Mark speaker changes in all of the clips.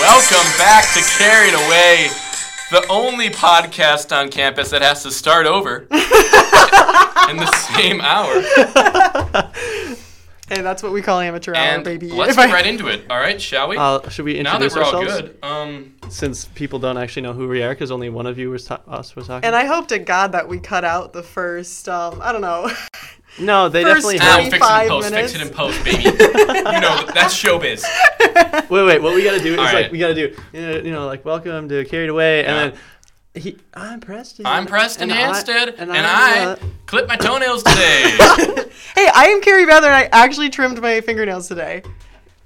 Speaker 1: Welcome back to Carried Away, the only podcast on campus that has to start over in the same hour.
Speaker 2: Hey, that's what we call amateur hour,
Speaker 1: And
Speaker 2: baby.
Speaker 1: let's
Speaker 2: If
Speaker 1: get
Speaker 2: I-
Speaker 1: right into it. All right, shall we?
Speaker 3: Uh, should we
Speaker 1: now that
Speaker 3: introduce
Speaker 1: we're all
Speaker 3: ourselves?
Speaker 1: good, um,
Speaker 3: Since people don't actually know who we are, because only one of you was ta- us was talking.
Speaker 2: and I hope to God that we cut out the first, um, I don't know.
Speaker 3: no, they
Speaker 2: First
Speaker 3: definitely
Speaker 1: ah,
Speaker 3: heard.
Speaker 2: time.
Speaker 1: fix it in
Speaker 2: 25
Speaker 1: post.
Speaker 2: minutes.
Speaker 1: Fix it in post, baby. you know that's showbiz.
Speaker 3: Wait, wait. What we gotta do is
Speaker 1: All
Speaker 3: like
Speaker 1: right.
Speaker 3: we gotta do, you know, you know, like welcome to carried away,
Speaker 1: Yeah.
Speaker 3: and then he, I'm Preston.
Speaker 1: I'm Preston
Speaker 3: I-
Speaker 1: Hanstead, and I,
Speaker 3: I'm, uh,
Speaker 1: clip my toenails today.
Speaker 2: hey, I am Carrie Mather, and I actually trimmed my fingernails today.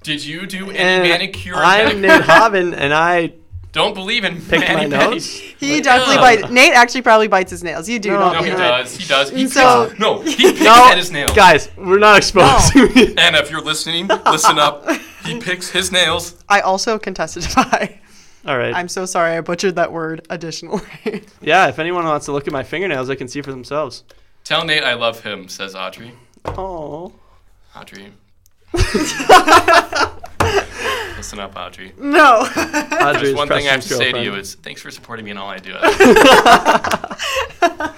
Speaker 1: Did you do any
Speaker 3: and
Speaker 1: manicure? or
Speaker 3: I'm
Speaker 1: pedicure?
Speaker 3: Nate Hobbin, and I
Speaker 1: Don't believe in
Speaker 3: picked my
Speaker 1: mani-
Speaker 3: nose.
Speaker 2: He definitely
Speaker 1: Ugh.
Speaker 2: bites. Nate actually probably bites his nails. You do
Speaker 3: No,
Speaker 2: not.
Speaker 1: No, he
Speaker 3: Yeah.
Speaker 1: does. He does. He
Speaker 2: So-
Speaker 1: picks, no, he picks
Speaker 3: No,
Speaker 1: at his nails.
Speaker 3: guys, we're not exposing.
Speaker 1: And if you're listening, listen up. He picks his nails.
Speaker 2: I also can testify.
Speaker 3: All right.
Speaker 2: I'm so sorry I butchered that word additionally.
Speaker 3: yeah, if anyone wants to look at my fingernails, they can see for themselves.
Speaker 1: Tell Nate I love him, says Audrey.
Speaker 3: Oh.
Speaker 1: Audrey. listen up, Audrey.
Speaker 2: no.
Speaker 3: Audrey's
Speaker 1: There's one thing I have to
Speaker 3: Preston's
Speaker 1: say to you
Speaker 3: girlfriend.
Speaker 1: is thanks for supporting me in all I do. I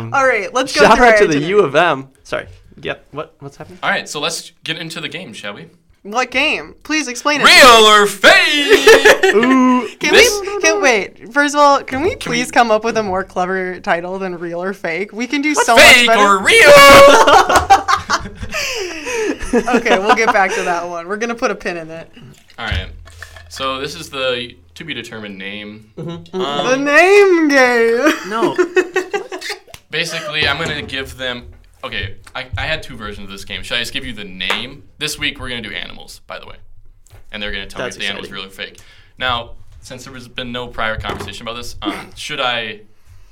Speaker 3: um,
Speaker 2: All right, let's go
Speaker 3: shout
Speaker 2: through
Speaker 3: out
Speaker 2: our
Speaker 3: to the
Speaker 2: agenda.
Speaker 3: U of M. Sorry. Yep. What? What's happening?
Speaker 1: all right, so let's get into the game, shall we?
Speaker 2: What game? Please explain it.
Speaker 1: Real or fake?
Speaker 3: Ooh.
Speaker 2: Can
Speaker 1: This-
Speaker 2: we can wait? First of all, can we please
Speaker 1: we-
Speaker 2: come up with a more clever title than real or fake? We can do so much
Speaker 1: fake
Speaker 2: better.
Speaker 1: or real?
Speaker 2: okay, we'll get back to that one. We're gonna put a pin in it.
Speaker 1: All right. So this is the to be determined name.
Speaker 3: Mm-hmm.
Speaker 2: The
Speaker 1: Um,
Speaker 2: name game.
Speaker 3: No.
Speaker 1: Basically, I'm gonna give them. Okay, I, I had two versions of this game. Should I just give you the name? This week we're gonna do animals, by the way, and they're gonna tell
Speaker 3: That's
Speaker 1: me if the animal's
Speaker 3: exciting.
Speaker 1: real or fake. Now, since there has been no prior conversation about this, um, should I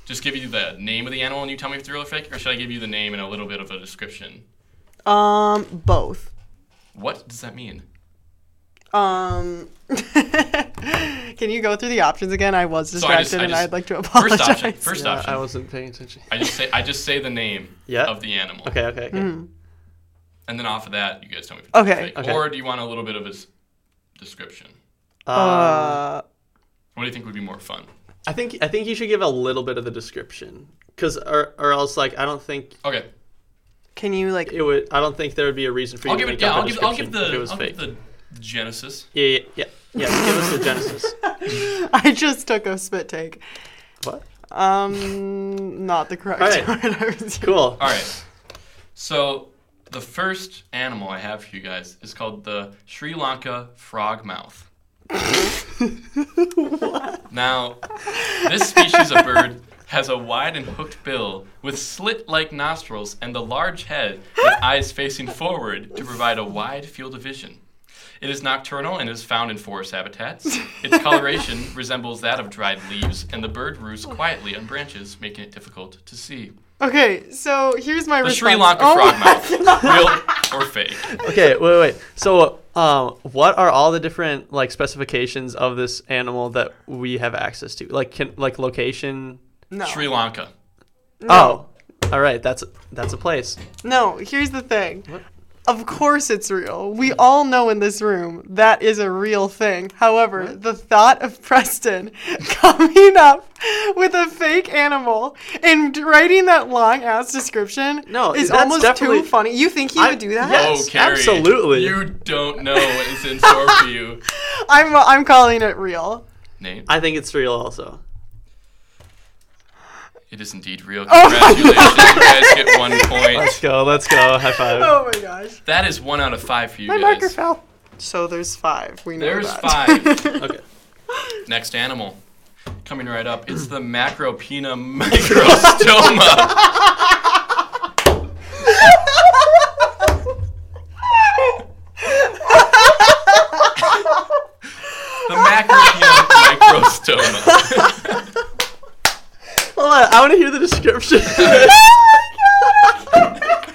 Speaker 1: just give you the name of the animal and you tell me if it's real or fake, or should I give you the name and a little bit of a description?
Speaker 2: Um, both.
Speaker 1: What does that mean?
Speaker 2: Um, can you go through the options again? I was
Speaker 1: I
Speaker 2: distracted,
Speaker 1: just- I
Speaker 2: and
Speaker 1: just-
Speaker 2: I'd like to apologize.
Speaker 1: First option. First
Speaker 3: Yeah,
Speaker 1: option.
Speaker 3: I wasn't paying attention.
Speaker 1: I just say I just say the name
Speaker 3: Yeah.
Speaker 1: of the animal,
Speaker 3: Okay. Okay. Okay.
Speaker 2: Mm.
Speaker 1: and then off of that you guys tell me if it's real or
Speaker 2: Okay.
Speaker 1: fake.
Speaker 3: Okay.
Speaker 1: Or do you want a little bit of a s- description?
Speaker 3: Uh,
Speaker 2: uh,
Speaker 1: What do you think would be more fun?
Speaker 3: I think I think you should give a little bit of the description, cause or, or else like I don't think
Speaker 1: Okay,
Speaker 2: can you like?
Speaker 3: it would. I don't think there would be a reason for you
Speaker 1: I'll
Speaker 3: to
Speaker 1: give
Speaker 3: make
Speaker 1: it. Yeah,
Speaker 3: up a
Speaker 1: I'll give. I'll give
Speaker 3: description if it
Speaker 1: the.
Speaker 3: was
Speaker 1: I'll
Speaker 3: fake.
Speaker 1: give the Genesis.
Speaker 3: Yeah. Yeah. Yeah. Yeah, give us the genesis.
Speaker 2: I just took a spit take.
Speaker 3: What?
Speaker 2: Um, not the correct
Speaker 3: Alright.
Speaker 2: word. I was
Speaker 3: Cool.
Speaker 1: All right. So the first animal I have for you guys is called the Sri Lanka frog mouth. Now, this species of bird has a wide and hooked bill with slit-like nostrils and the large head with eyes facing forward to provide a wide field of vision. It is nocturnal and is found in forest habitats. Its coloration resembles that of dried leaves, and the bird roosts quietly on branches, making it difficult to see.
Speaker 2: Okay, so here's my
Speaker 1: The
Speaker 2: response.
Speaker 1: Sri Lanka
Speaker 2: Oh
Speaker 1: frog
Speaker 2: my-
Speaker 1: mouth, real or fake?
Speaker 3: Okay. Wait. Wait. So, um, what are all the different like specifications of this animal that we have access to? Like, can like location?
Speaker 2: No.
Speaker 1: Sri Lanka.
Speaker 3: Oh. All right. That's that's a place.
Speaker 2: No, here's the thing. Of course it's real. We all know in this room that is a real thing. However, the thought of Preston coming up with a fake animal and writing that long ass description
Speaker 3: No,
Speaker 2: is
Speaker 3: that's
Speaker 2: almost too
Speaker 3: definitely-
Speaker 2: funny. You think he
Speaker 3: I-
Speaker 2: would do that?
Speaker 3: yes.
Speaker 1: oh, Carrie,
Speaker 3: absolutely.
Speaker 1: You don't know what is in store for you,
Speaker 2: I'm I'm calling it real.
Speaker 1: Nate.
Speaker 3: I think it's real. Also.
Speaker 1: It is indeed real. Congratulations, you guys get one
Speaker 3: Let's
Speaker 1: point.
Speaker 3: go. Let's go. High
Speaker 1: Uh,
Speaker 3: five.
Speaker 2: Oh my gosh.
Speaker 1: That is one out of five for you
Speaker 2: My marker
Speaker 1: guys.
Speaker 2: fell. So there's five. We know
Speaker 1: There's
Speaker 2: that.
Speaker 1: five.
Speaker 3: Okay.
Speaker 1: Next animal. Coming right up, it's the Macropina microstoma. the Macropina microstoma.
Speaker 3: Hold on, I want to hear the description.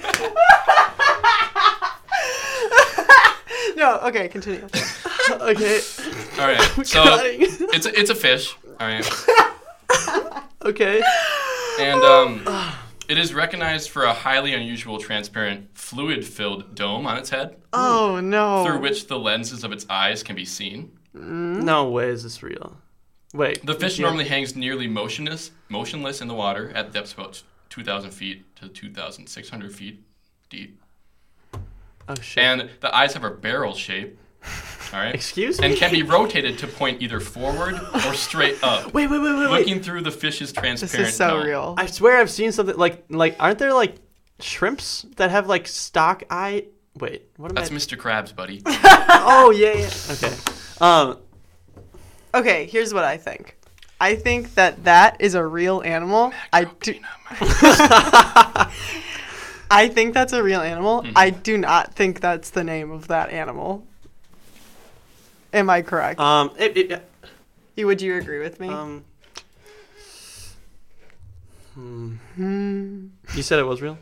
Speaker 2: no, okay, continue.
Speaker 3: okay.
Speaker 1: All right, so
Speaker 3: Cutting.
Speaker 1: it's a, it's a fish. All right.
Speaker 3: okay.
Speaker 1: And um, it is recognized for a highly unusual, transparent, fluid filled dome on its head,
Speaker 2: Oh no.
Speaker 1: through which the lenses of its eyes can be seen.
Speaker 3: Hmm? No way is this real. Wait.
Speaker 1: The fish
Speaker 3: yeah.
Speaker 1: normally hangs nearly motionless, motionless in the water at depths of about 2,000 feet to 2,600 feet deep.
Speaker 3: Oh shit.
Speaker 1: And the eyes have a barrel shape. All right.
Speaker 3: Excuse
Speaker 1: And
Speaker 3: me?
Speaker 1: can be rotated to point either forward or straight up.
Speaker 3: wait, wait, wait, wait, wait.
Speaker 1: Looking through the fish's transparent.
Speaker 2: This is so
Speaker 1: dome.
Speaker 2: real.
Speaker 3: I swear I've seen something like like aren't there like shrimps that have like stock eye? Wait, what am
Speaker 1: That's
Speaker 3: I?
Speaker 1: Mr. Krabs, buddy.
Speaker 3: oh yeah, yeah. Okay. Um.
Speaker 2: okay, here's what I think. I think that that is a real animal. I do. I think that's a real animal. I do not think that's the name of that animal. Am I correct?
Speaker 3: Um. It, it,
Speaker 2: you Would you agree with me?
Speaker 3: um. Hmm.
Speaker 2: Mm-hmm.
Speaker 3: You said it was real.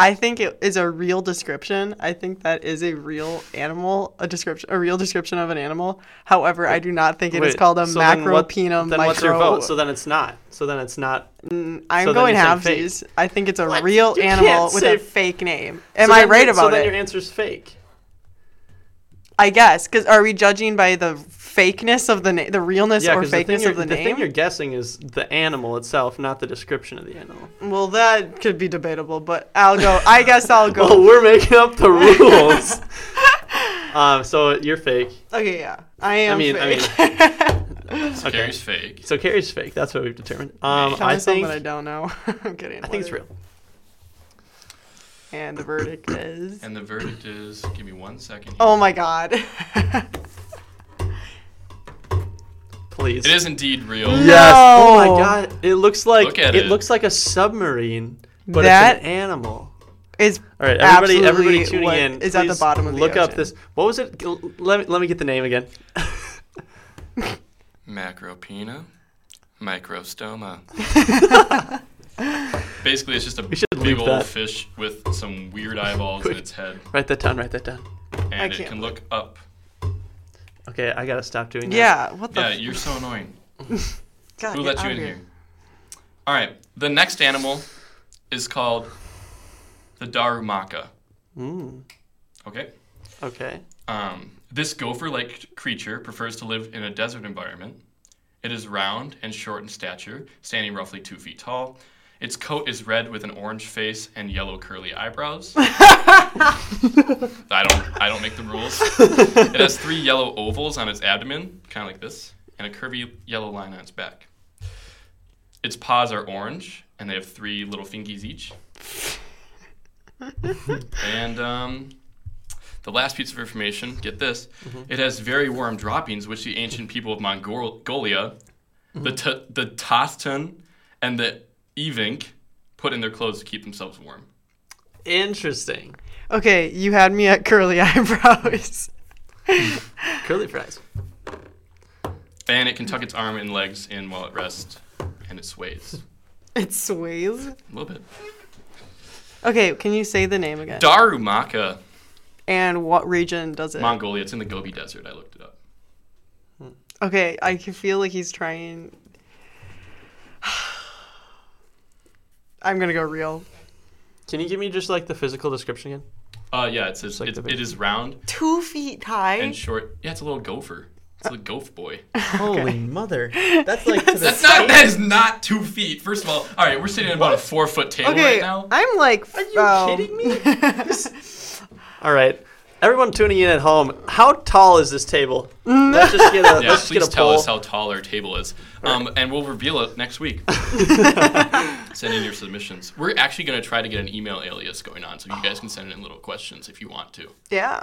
Speaker 2: I think it is a real description. I think that is a real animal, a description, a real description of an animal. However, I do not think it is
Speaker 3: Wait,
Speaker 2: called a
Speaker 3: so then what-
Speaker 2: macropenum
Speaker 3: Then
Speaker 2: micro.
Speaker 3: what's your vote? So then it's not. So then it's not.
Speaker 2: I'm
Speaker 3: so then
Speaker 2: going
Speaker 3: you're saying fake.
Speaker 2: halvesies. I think it's a
Speaker 3: What?
Speaker 2: real
Speaker 3: You can't
Speaker 2: animal with
Speaker 3: say-
Speaker 2: a fake name. Am
Speaker 3: So
Speaker 2: I
Speaker 3: then
Speaker 2: right
Speaker 3: your-
Speaker 2: about
Speaker 3: So then
Speaker 2: it?
Speaker 3: your answer's fake.
Speaker 2: I guess because are we judging by the fakeness of the name, the realness
Speaker 3: Yeah,
Speaker 2: or
Speaker 3: because the, thing
Speaker 2: fakeness
Speaker 3: you're-
Speaker 2: of the,
Speaker 3: the thing you're
Speaker 2: name?
Speaker 3: guessing is the animal itself, not the description of the animal.
Speaker 2: Well, that could be debatable, but I'll go. I guess I'll go.
Speaker 3: Well, we're making up the rules. um, so you're fake.
Speaker 2: okay, yeah, I am.
Speaker 3: mean- um, I
Speaker 2: fake.
Speaker 1: So Gary's fake.
Speaker 3: So Carrie's fake. That's what we've determined. Um,
Speaker 2: Tell me
Speaker 3: I
Speaker 2: something
Speaker 3: think
Speaker 2: I don't know. I'm kidding.
Speaker 3: I think it's real.
Speaker 2: And the verdict is.
Speaker 1: And the verdict is give me one second.
Speaker 2: Oh my god.
Speaker 3: Please.
Speaker 1: It is indeed real.
Speaker 3: Yes. Oh my
Speaker 2: No.
Speaker 3: god. It looks like
Speaker 1: Look at
Speaker 3: it.
Speaker 1: it.
Speaker 3: looks like a submarine, but
Speaker 2: That-
Speaker 3: it's an animal.
Speaker 2: It's
Speaker 3: All right, everybody, everybody
Speaker 2: absolutely
Speaker 3: tuning
Speaker 2: what
Speaker 3: in.
Speaker 2: is at the
Speaker 3: please
Speaker 2: bottom of the
Speaker 3: Look up
Speaker 2: ocean.
Speaker 3: this. What was it? L- Let me, let me get the name again.
Speaker 1: Macropina, microstoma. Basically, it's just a
Speaker 3: should
Speaker 1: big
Speaker 3: leave
Speaker 1: old
Speaker 3: that.
Speaker 1: fish with some weird eyeballs in
Speaker 3: Quick.
Speaker 1: its head,
Speaker 3: write that down. Write that down.
Speaker 1: and it
Speaker 2: can't
Speaker 1: can look up.
Speaker 3: Okay, I gotta stop doing that.
Speaker 2: yeah. What the?
Speaker 1: Yeah,
Speaker 2: f-
Speaker 1: you're so annoying.
Speaker 2: God,
Speaker 1: Who
Speaker 2: get
Speaker 1: let
Speaker 2: out
Speaker 1: you in
Speaker 2: of
Speaker 1: here? All right, the next animal is called the darumaka.
Speaker 3: Mm,
Speaker 1: Okay.
Speaker 3: okay.
Speaker 1: Um, this gopher-like creature prefers to live in a desert environment. It is round and short in stature, standing roughly two feet tall. Its coat is red with an orange face and yellow curly eyebrows. I don't, I don't make the rules. It has three yellow ovals on its abdomen, kind of like this, and a curvy yellow line on its back. Its paws are orange, and they have three little fingies each. and um, the last piece of information, get this,
Speaker 3: Mm-hmm.
Speaker 1: it has very warm droppings, which the ancient people of Mongolia,
Speaker 3: Mm-hmm.
Speaker 1: the t- the Tostan and the Evink, put in their clothes to keep themselves warm.
Speaker 3: Interesting.
Speaker 2: Okay, you had me at curly eyebrows.
Speaker 3: Curly fries.
Speaker 1: And it can tuck its arm and legs in while it rests, and it sways
Speaker 2: it sways.
Speaker 1: a little bit.
Speaker 2: Okay, can you say the name again?
Speaker 1: Darumaka,
Speaker 2: and what region does it?
Speaker 1: Mongolia. It's in the Gobi Desert. I looked it up.
Speaker 2: okay, I can feel like he's trying. I'm gonna go real.
Speaker 3: Can you give me just like the physical description again?
Speaker 1: Uh, yeah, it's, it's,
Speaker 3: like
Speaker 1: it,
Speaker 3: the
Speaker 1: it is round
Speaker 2: Two feet high.
Speaker 1: and short. Yeah, it's a little gopher. It's a golf boy.
Speaker 3: Holy mother. That's like to the
Speaker 1: That's not. That is not two feet. First of all, all right, we're sitting at about a four foot table
Speaker 2: Okay,
Speaker 1: right now.
Speaker 2: I'm like. um, Are
Speaker 3: you kidding me? All right. Everyone tuning in at home, how tall is this table?
Speaker 2: Mm.
Speaker 3: Let's just get a,
Speaker 1: Yeah,
Speaker 3: let's just get
Speaker 1: please
Speaker 3: a
Speaker 1: tell
Speaker 3: poll.
Speaker 1: us how tall our table is, um, and we'll reveal it next week. send in your submissions. We're actually going to try to get an email alias going on, so you guys can send in little questions if you want to.
Speaker 2: yeah.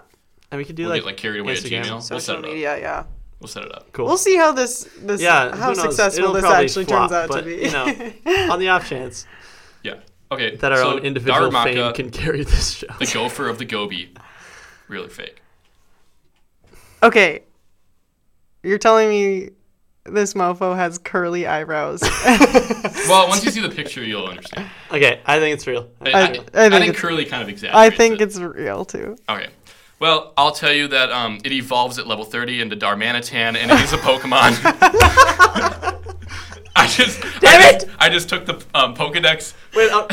Speaker 3: and we could do
Speaker 1: We'll
Speaker 3: like,
Speaker 1: get like carried away
Speaker 3: Instagram,
Speaker 1: at Gmail. we'll set
Speaker 2: Social
Speaker 1: it up.
Speaker 2: media. Yeah.
Speaker 1: We'll set it up.
Speaker 3: cool.
Speaker 2: We'll see how this this
Speaker 3: yeah,
Speaker 2: how
Speaker 3: who knows?
Speaker 2: successful
Speaker 3: It'll
Speaker 2: this
Speaker 3: probably
Speaker 2: actually turns
Speaker 3: flop,
Speaker 2: out
Speaker 3: but,
Speaker 2: to be.
Speaker 3: you know, on the off chance
Speaker 1: Yeah. Okay.
Speaker 3: that our
Speaker 1: so
Speaker 3: own individual
Speaker 1: Darumaka,
Speaker 3: fame can carry this show.
Speaker 1: the gopher of the Gobi, real or fake?
Speaker 2: okay, you're telling me this mofo has curly eyebrows.
Speaker 1: Well, once you see the picture, you'll understand.
Speaker 3: Okay, I think it's real.
Speaker 1: I,
Speaker 2: I-
Speaker 1: I,
Speaker 2: I think
Speaker 1: I think
Speaker 2: it's-
Speaker 1: Curly kind of exaggerates.
Speaker 2: I think
Speaker 1: it.
Speaker 2: it's real too.
Speaker 1: Okay. Well, I'll tell you that um, it evolves at level 30 into Darmanitan, and it is a Pokemon. I just,
Speaker 3: Damn
Speaker 1: I
Speaker 3: it!
Speaker 1: just, I just took the um, Pokedex
Speaker 3: Wait, uh,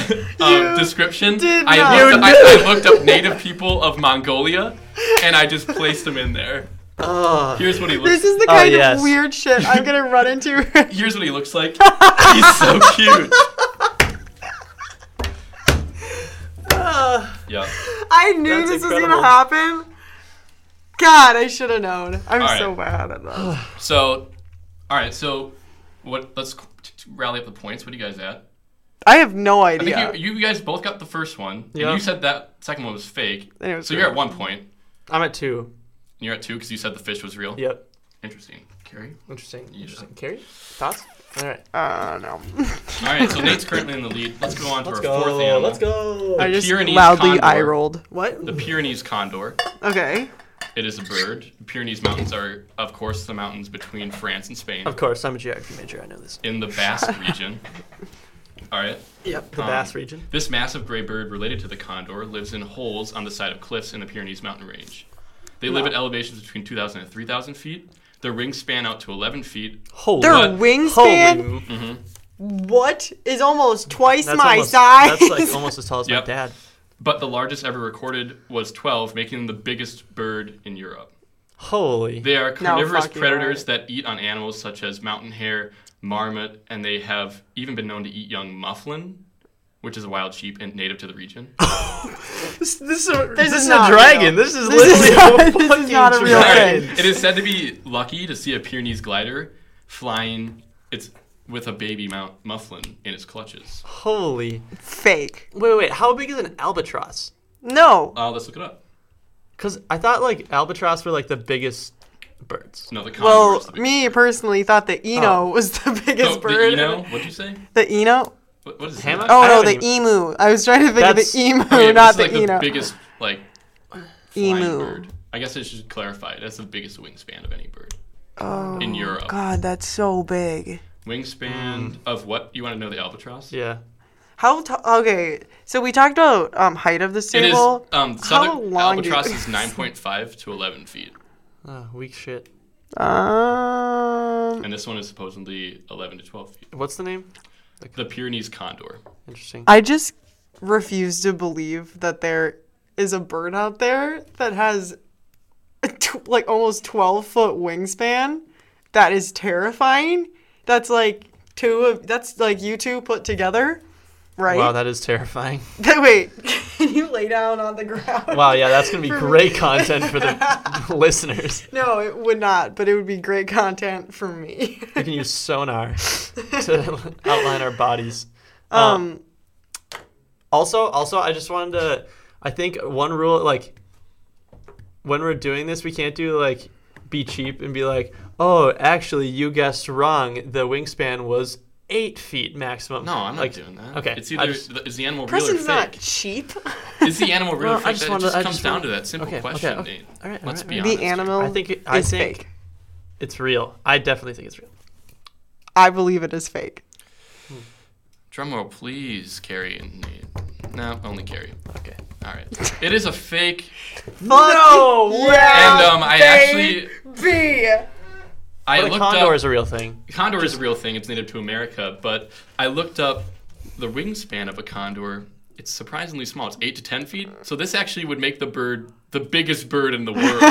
Speaker 1: um,
Speaker 2: You
Speaker 1: description.
Speaker 2: did
Speaker 1: I,
Speaker 2: not.
Speaker 1: Looked up,
Speaker 3: You
Speaker 1: I, I looked up native people of Mongolia, and I just placed them in there.
Speaker 3: Ugh.
Speaker 1: Here's what he
Speaker 2: This
Speaker 1: looks.
Speaker 2: is the
Speaker 3: Oh,
Speaker 2: kind
Speaker 3: yes.
Speaker 2: of weird shit I'm gonna run into.
Speaker 1: Here's what he looks like. He's so cute.
Speaker 3: Ah.
Speaker 1: Yeah.
Speaker 2: I knew
Speaker 3: That's
Speaker 2: this was
Speaker 3: incredible.
Speaker 2: gonna happen. God, I should have known. I'm
Speaker 1: All right.
Speaker 2: so bad at this.
Speaker 1: So, all right. So, what? Let's rally up the points. What are you guys at?
Speaker 2: I have no
Speaker 1: I think
Speaker 2: idea.
Speaker 1: you, you guys both got the first one.
Speaker 3: Yeah.
Speaker 1: And you said that second one was fake.
Speaker 2: And it was
Speaker 1: so
Speaker 2: real.
Speaker 1: you're at one point. And
Speaker 3: I'm at two.
Speaker 1: you're at two because you said the fish was real.
Speaker 3: Yep.
Speaker 1: Interesting. Carrie.
Speaker 3: Interesting.
Speaker 1: Yeah.
Speaker 3: Interesting. Carrie, thoughts? All right.
Speaker 2: Uh, no.
Speaker 1: All right. So Nate's currently in the lead. Let's go on to our fourth animal.
Speaker 3: Let's go.
Speaker 2: I just
Speaker 1: Pyrenees
Speaker 2: loudly
Speaker 1: condor.
Speaker 2: eye rolled. What?
Speaker 1: The Pyrenees condor.
Speaker 2: Okay.
Speaker 1: It is a bird. The Pyrenees Mountains are, of course, the mountains between France and Spain
Speaker 3: Of course, I'm a geography major. I know this.
Speaker 1: in the Basque region. All right.
Speaker 3: Yep. The
Speaker 1: Um,
Speaker 3: Bass region.
Speaker 1: This massive gray bird, related to the condor, lives in holes on the side of cliffs in the Pyrenees mountain range. They live at elevations between 2,000 and 3,000 feet. Their wings span out to 11 feet.
Speaker 3: Holy.
Speaker 2: Their
Speaker 1: What?
Speaker 2: wingspan,
Speaker 1: Mm.
Speaker 3: Holy.
Speaker 2: what, is almost twice
Speaker 3: That's
Speaker 2: my
Speaker 3: almost,
Speaker 2: size.
Speaker 3: That's like almost as tall as
Speaker 1: Yep.
Speaker 3: my dad.
Speaker 1: But the largest ever recorded was 12, making them the biggest bird in Europe.
Speaker 3: Holy.
Speaker 1: They are carnivorous
Speaker 2: fucking
Speaker 1: predators that eat on animals such as mountain hare, marmot, and they have even been known to eat young mufflin, which is a wild sheep and native to the region.
Speaker 3: This, this, is a,
Speaker 2: this is is not a dragon. real.
Speaker 3: This is
Speaker 2: This is literally not- a this is fucking not a real
Speaker 1: All right.
Speaker 2: dragon.
Speaker 1: It is said to be lucky to see a Pyrenees glider flying. It's with a baby mount mufflin in its clutches.
Speaker 3: Holy.
Speaker 2: Fake.
Speaker 3: Wait, wait, wait. How big is an albatross?
Speaker 2: No.
Speaker 1: Uh, let's look it up.
Speaker 3: Because I thought like albatross were like the biggest birds.
Speaker 1: No, the condor is
Speaker 2: well,
Speaker 1: the big-
Speaker 2: me personally thought the eno
Speaker 3: Oh.
Speaker 2: was the
Speaker 1: No,
Speaker 2: biggest
Speaker 1: the
Speaker 2: bird.
Speaker 1: eno. What'd you say?
Speaker 2: The eno?
Speaker 1: What, what is that?
Speaker 3: Hammock?
Speaker 2: Oh
Speaker 3: I
Speaker 2: no,
Speaker 3: haven't
Speaker 2: the
Speaker 3: even-
Speaker 2: emu. I was trying to think of
Speaker 3: That's-
Speaker 2: the emu,
Speaker 1: Okay, this
Speaker 2: not
Speaker 1: is,
Speaker 2: the
Speaker 1: oh, like
Speaker 2: eno.
Speaker 1: the biggest like flying
Speaker 2: emu.
Speaker 1: bird. I guess I should clarify. That's the biggest wingspan of any bird
Speaker 2: Oh,
Speaker 1: in Europe.
Speaker 2: God, that's so big.
Speaker 1: Wingspan of what? You want to know the albatross?
Speaker 3: Yeah.
Speaker 2: How t- okay? So we talked about um, height of this
Speaker 1: It is.
Speaker 2: table.
Speaker 1: Um,
Speaker 2: How
Speaker 1: southern
Speaker 2: long do you-
Speaker 1: albatross is 9.5 to 11 feet,
Speaker 3: Oh, weak shit.
Speaker 2: Um,
Speaker 1: and this one is supposedly 11 to 12 feet.
Speaker 3: What's the name?
Speaker 1: The Pyrenees condor.
Speaker 3: Interesting.
Speaker 2: I just refuse to believe that there is a bird out there that has a tw- like almost 12 foot wingspan. That is terrifying. That's like two of that's like you two put together, right?
Speaker 3: Wow, that is terrifying.
Speaker 2: Th- wait, can you lay down on the ground?
Speaker 3: Wow, yeah, that's gonna be
Speaker 2: For me.
Speaker 3: great content for the listeners.
Speaker 2: No, it would not, but it would be great content for me.
Speaker 3: We can use sonar to outline our bodies.
Speaker 2: um,
Speaker 3: Also, also, I just wanted to. I think one rule, like, when we're doing this, we can't do like be cheap and be like, oh, actually, you guessed wrong. The wingspan was eight feet maximum.
Speaker 1: No, I'm not
Speaker 3: like,
Speaker 1: doing that.
Speaker 3: Okay,
Speaker 1: It's
Speaker 3: I
Speaker 1: either
Speaker 3: just-
Speaker 1: is the animal real or
Speaker 2: Preston's not
Speaker 1: fake?
Speaker 2: cheap.
Speaker 1: Is the animal real
Speaker 3: Well,
Speaker 1: or
Speaker 3: I
Speaker 1: fake?
Speaker 3: just
Speaker 1: That- It
Speaker 3: wanted-
Speaker 1: just
Speaker 3: I
Speaker 1: comes
Speaker 3: just
Speaker 1: down
Speaker 3: wanted-
Speaker 1: to that simple
Speaker 3: okay, okay,
Speaker 1: question,
Speaker 3: okay.
Speaker 1: Nate.
Speaker 3: All right,
Speaker 1: Let's
Speaker 3: all
Speaker 1: be
Speaker 3: right,
Speaker 1: honest.
Speaker 2: The
Speaker 1: here.
Speaker 2: animal
Speaker 3: I think it- I
Speaker 2: is
Speaker 3: think-
Speaker 2: fake.
Speaker 3: It's real. I definitely think it's real.
Speaker 2: I believe it is fake.
Speaker 1: Drum roll, please, Carrie and Nate. No, only Carrie.
Speaker 3: Okay.
Speaker 1: All right. It is a fake,
Speaker 3: No
Speaker 2: Fuck
Speaker 3: way.
Speaker 2: yeah,
Speaker 1: and um, I actually
Speaker 2: baby.
Speaker 1: I
Speaker 3: But a
Speaker 1: looked
Speaker 3: condor
Speaker 1: up
Speaker 3: is a real thing.
Speaker 1: condor is a real thing. It's native to America, but I looked up the wingspan of a condor. It's surprisingly small. It's eight to ten feet. So this actually would make the bird the biggest bird in the world.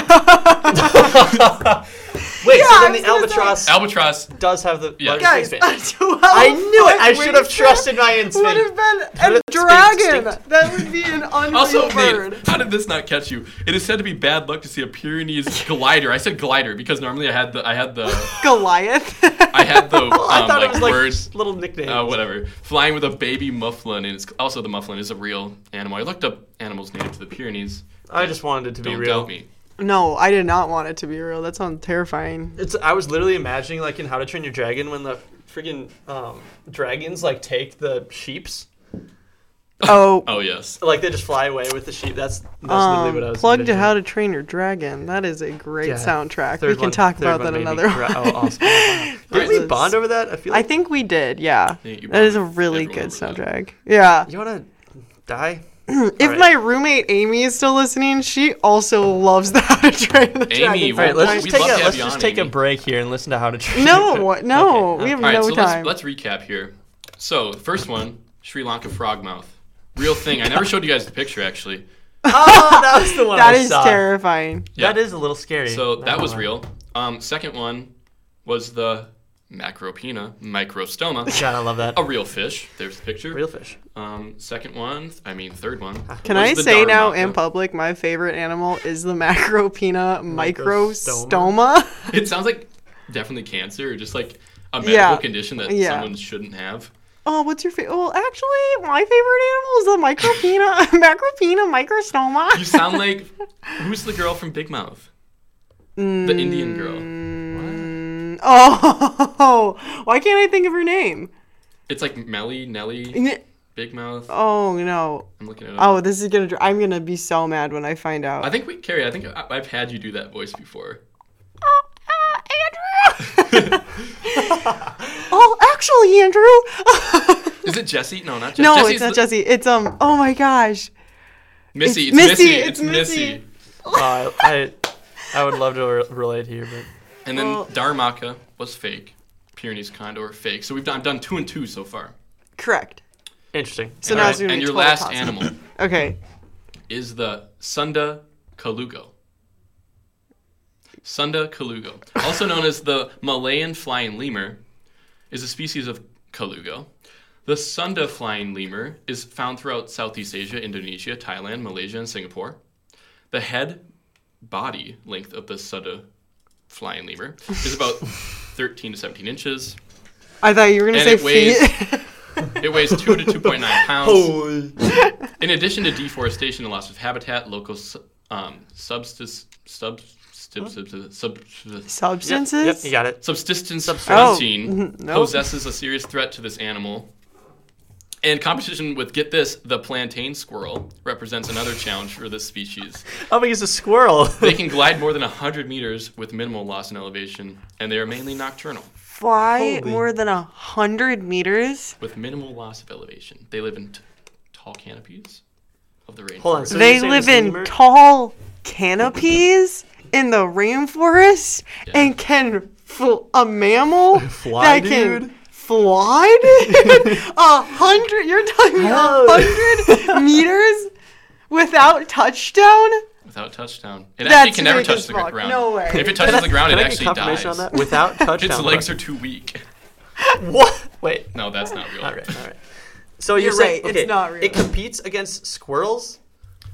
Speaker 3: Wait,
Speaker 2: Yeah,
Speaker 3: so
Speaker 2: I
Speaker 3: then
Speaker 2: was
Speaker 3: the
Speaker 2: gonna
Speaker 3: albatross
Speaker 1: albatress.
Speaker 3: does have the
Speaker 1: Yeah.
Speaker 3: largest
Speaker 2: Guys,
Speaker 3: wingspan.
Speaker 2: I
Speaker 3: knew it. I should have trusted my
Speaker 2: Would
Speaker 3: instinct.
Speaker 2: have been a
Speaker 3: Would've been
Speaker 2: dragon.
Speaker 3: instinct.
Speaker 2: That would be an unreal
Speaker 1: Also,
Speaker 2: bird.
Speaker 1: Nate, how did this not catch you? It is said to be bad luck to see a Pyrenees glider. I said glider because normally I had the I had the
Speaker 2: Goliath.
Speaker 1: I had the um,
Speaker 3: I thought
Speaker 1: like,
Speaker 3: it was like
Speaker 1: words.
Speaker 3: little nickname.
Speaker 1: Uh, whatever. Flying with a baby mufflin, and it's also the mufflin is a real animal. I looked up animals native to the Pyrenees.
Speaker 3: I just wanted it to be
Speaker 1: Don't
Speaker 3: real.
Speaker 1: doubt me.
Speaker 2: no, I did not want it to be real. That sounds terrifying.
Speaker 3: It's I was literally imagining like in How to Train Your Dragon when the freaking um, dragons like take the sheeps,
Speaker 2: Oh,
Speaker 1: Oh yes.
Speaker 3: like they just fly away with the sheep. That's that's literally what I
Speaker 2: um,
Speaker 3: was.
Speaker 2: plug to
Speaker 3: envisioning.
Speaker 2: How to Train Your Dragon. That is a great
Speaker 3: Yeah,
Speaker 2: soundtrack. We
Speaker 3: Third
Speaker 2: can
Speaker 3: one-
Speaker 2: talk
Speaker 3: third
Speaker 2: about that
Speaker 3: one made me
Speaker 2: another
Speaker 3: cry-
Speaker 2: one.
Speaker 3: Oh, awesome. Wow. Did
Speaker 2: This
Speaker 3: we
Speaker 2: is-
Speaker 3: bond over that? I feel.
Speaker 2: I
Speaker 3: Like
Speaker 2: think we did, yeah.
Speaker 1: Yeah, you
Speaker 2: That is a
Speaker 1: bonded.
Speaker 2: really
Speaker 1: Everyone
Speaker 2: good
Speaker 1: over that.
Speaker 2: soundtrack. Yeah.
Speaker 3: you want to die.
Speaker 2: If
Speaker 3: Alright.
Speaker 2: my roommate Amy is still listening, she also loves the How to Train the
Speaker 1: Amy,
Speaker 2: Dragon.
Speaker 1: All
Speaker 3: All right,
Speaker 1: right,
Speaker 3: let's
Speaker 1: We'd we'd
Speaker 3: just take
Speaker 1: love to
Speaker 3: a
Speaker 1: have
Speaker 3: let's
Speaker 1: you
Speaker 3: just
Speaker 1: on,
Speaker 3: take a
Speaker 1: Amy.
Speaker 3: break here and listen to How to Train.
Speaker 2: No, no,
Speaker 3: Okay,
Speaker 2: we have
Speaker 1: All right,
Speaker 2: no
Speaker 1: so
Speaker 2: time.
Speaker 1: let's let's recap here. So first one, Sri Lanka frogmouth, real thing. I never showed you guys the picture actually.
Speaker 3: Oh, that was the one.
Speaker 2: That
Speaker 3: I
Speaker 2: is
Speaker 3: saw.
Speaker 2: terrifying.
Speaker 1: Yeah.
Speaker 3: That is a little scary.
Speaker 1: So
Speaker 3: Not
Speaker 1: that was
Speaker 3: gonna lie.
Speaker 1: real. Um, second one was the macropina microstoma,
Speaker 3: God, I love that.
Speaker 1: a real fish. There's the picture.
Speaker 3: Real fish.
Speaker 1: Um, second one, I mean third one.
Speaker 2: Can
Speaker 1: was
Speaker 2: I
Speaker 1: the
Speaker 2: say now
Speaker 1: Darmapta.
Speaker 2: in public my favorite animal is the macropina
Speaker 3: Microstoma?
Speaker 2: microstoma?
Speaker 1: It sounds like definitely cancer or just like a medical
Speaker 2: Yeah.
Speaker 1: condition that
Speaker 2: Yeah.
Speaker 1: someone shouldn't have.
Speaker 2: oh, what's your favorite? Well, actually, my favorite animal is the micropina macropina microstoma.
Speaker 1: You sound like who's the girl from Big Mouth? The Indian girl. What?
Speaker 2: Mm, Oh, why can't I think of her name?
Speaker 1: It's like Melly, Nelly,
Speaker 2: N-
Speaker 1: Big Mouth.
Speaker 2: Oh no.
Speaker 1: I'm looking at.
Speaker 2: Oh, this is gonna. dr- I'm gonna be so mad when I find out.
Speaker 1: I think we, Carrie. I think I, I've had you do that voice before.
Speaker 2: oh, uh, Andrew. oh, actually, Andrew.
Speaker 1: Is it Jesse? No, not Jesse.
Speaker 2: no,
Speaker 1: Jesse's
Speaker 2: it's not
Speaker 1: the-
Speaker 2: Jesse. It's um. Oh my gosh.
Speaker 1: Missy. It's
Speaker 2: It's
Speaker 1: Missy.
Speaker 2: Missy,
Speaker 1: It's,
Speaker 2: it's
Speaker 1: Missy.
Speaker 2: Missy.
Speaker 3: Uh, I, I would love to re- relate here, but
Speaker 1: And then
Speaker 2: Well-
Speaker 1: Darmaka was fake. Pyrenees Condor fake. So we've done, done two and two so far.
Speaker 2: Correct.
Speaker 3: interesting.
Speaker 2: So
Speaker 1: and
Speaker 2: now it's gonna
Speaker 1: and
Speaker 2: be
Speaker 1: your
Speaker 2: 12
Speaker 1: last
Speaker 2: tops.
Speaker 1: animal
Speaker 2: Okay.
Speaker 1: is the Sunda Kalugo. Sunda Kalugo, also known as the Malayan flying lemur, is a species of Kalugo. The Sunda flying lemur is found throughout Southeast Asia, Indonesia, Thailand, Malaysia, and Singapore. The head body length of the Sunda flying lemur is about 13 to 17 inches.
Speaker 2: I thought you were gonna
Speaker 1: And
Speaker 2: say
Speaker 1: it weighs-
Speaker 2: feet.
Speaker 1: It weighs 2 to 2.9 pounds.
Speaker 3: Holy.
Speaker 1: In addition to deforestation and loss of habitat, local su- um, subsistence sub, sub, sub, sub,
Speaker 2: Substances.
Speaker 3: Yep, you got it.
Speaker 1: subsistence
Speaker 2: Oh,
Speaker 1: hunting
Speaker 2: mhm, no.
Speaker 1: possesses a serious threat to this animal. And competition with get this the plantain squirrel represents another challenge for this species.
Speaker 3: How big is Oh, a squirrel?
Speaker 1: They can glide more than 100 meters with minimal loss in elevation, and they are mainly nocturnal
Speaker 2: Fly
Speaker 3: Holy.
Speaker 2: more than a hundred meters.
Speaker 1: with minimal loss of elevation. They live in t- tall canopies of the rainforest.
Speaker 3: Hold on. So
Speaker 2: they
Speaker 3: you're saying
Speaker 2: live
Speaker 3: this
Speaker 2: in
Speaker 3: lemur-
Speaker 2: tall canopies in the rainforest
Speaker 1: Yeah.
Speaker 2: and can fl- a mammal
Speaker 3: Fly,
Speaker 2: that
Speaker 3: dude?
Speaker 2: can fly dude? a hundred you're talking
Speaker 3: Hell.
Speaker 2: a hundred meters without touchdown
Speaker 1: Without touchdown, it
Speaker 2: That's
Speaker 1: actually can never
Speaker 2: big
Speaker 1: touch
Speaker 2: as
Speaker 1: the
Speaker 2: fuck.
Speaker 1: ground.
Speaker 2: No way.
Speaker 1: If it touches the ground, it
Speaker 3: Can I get
Speaker 1: actually dies.
Speaker 3: confirmation on that? Without touchdown.
Speaker 1: Its legs are too weak.
Speaker 3: What? Wait.
Speaker 1: No, that's not real.
Speaker 3: All right. All right. So
Speaker 2: You're
Speaker 3: you're, saying
Speaker 2: right, it's
Speaker 3: okay,
Speaker 2: not real.
Speaker 3: It competes against squirrels.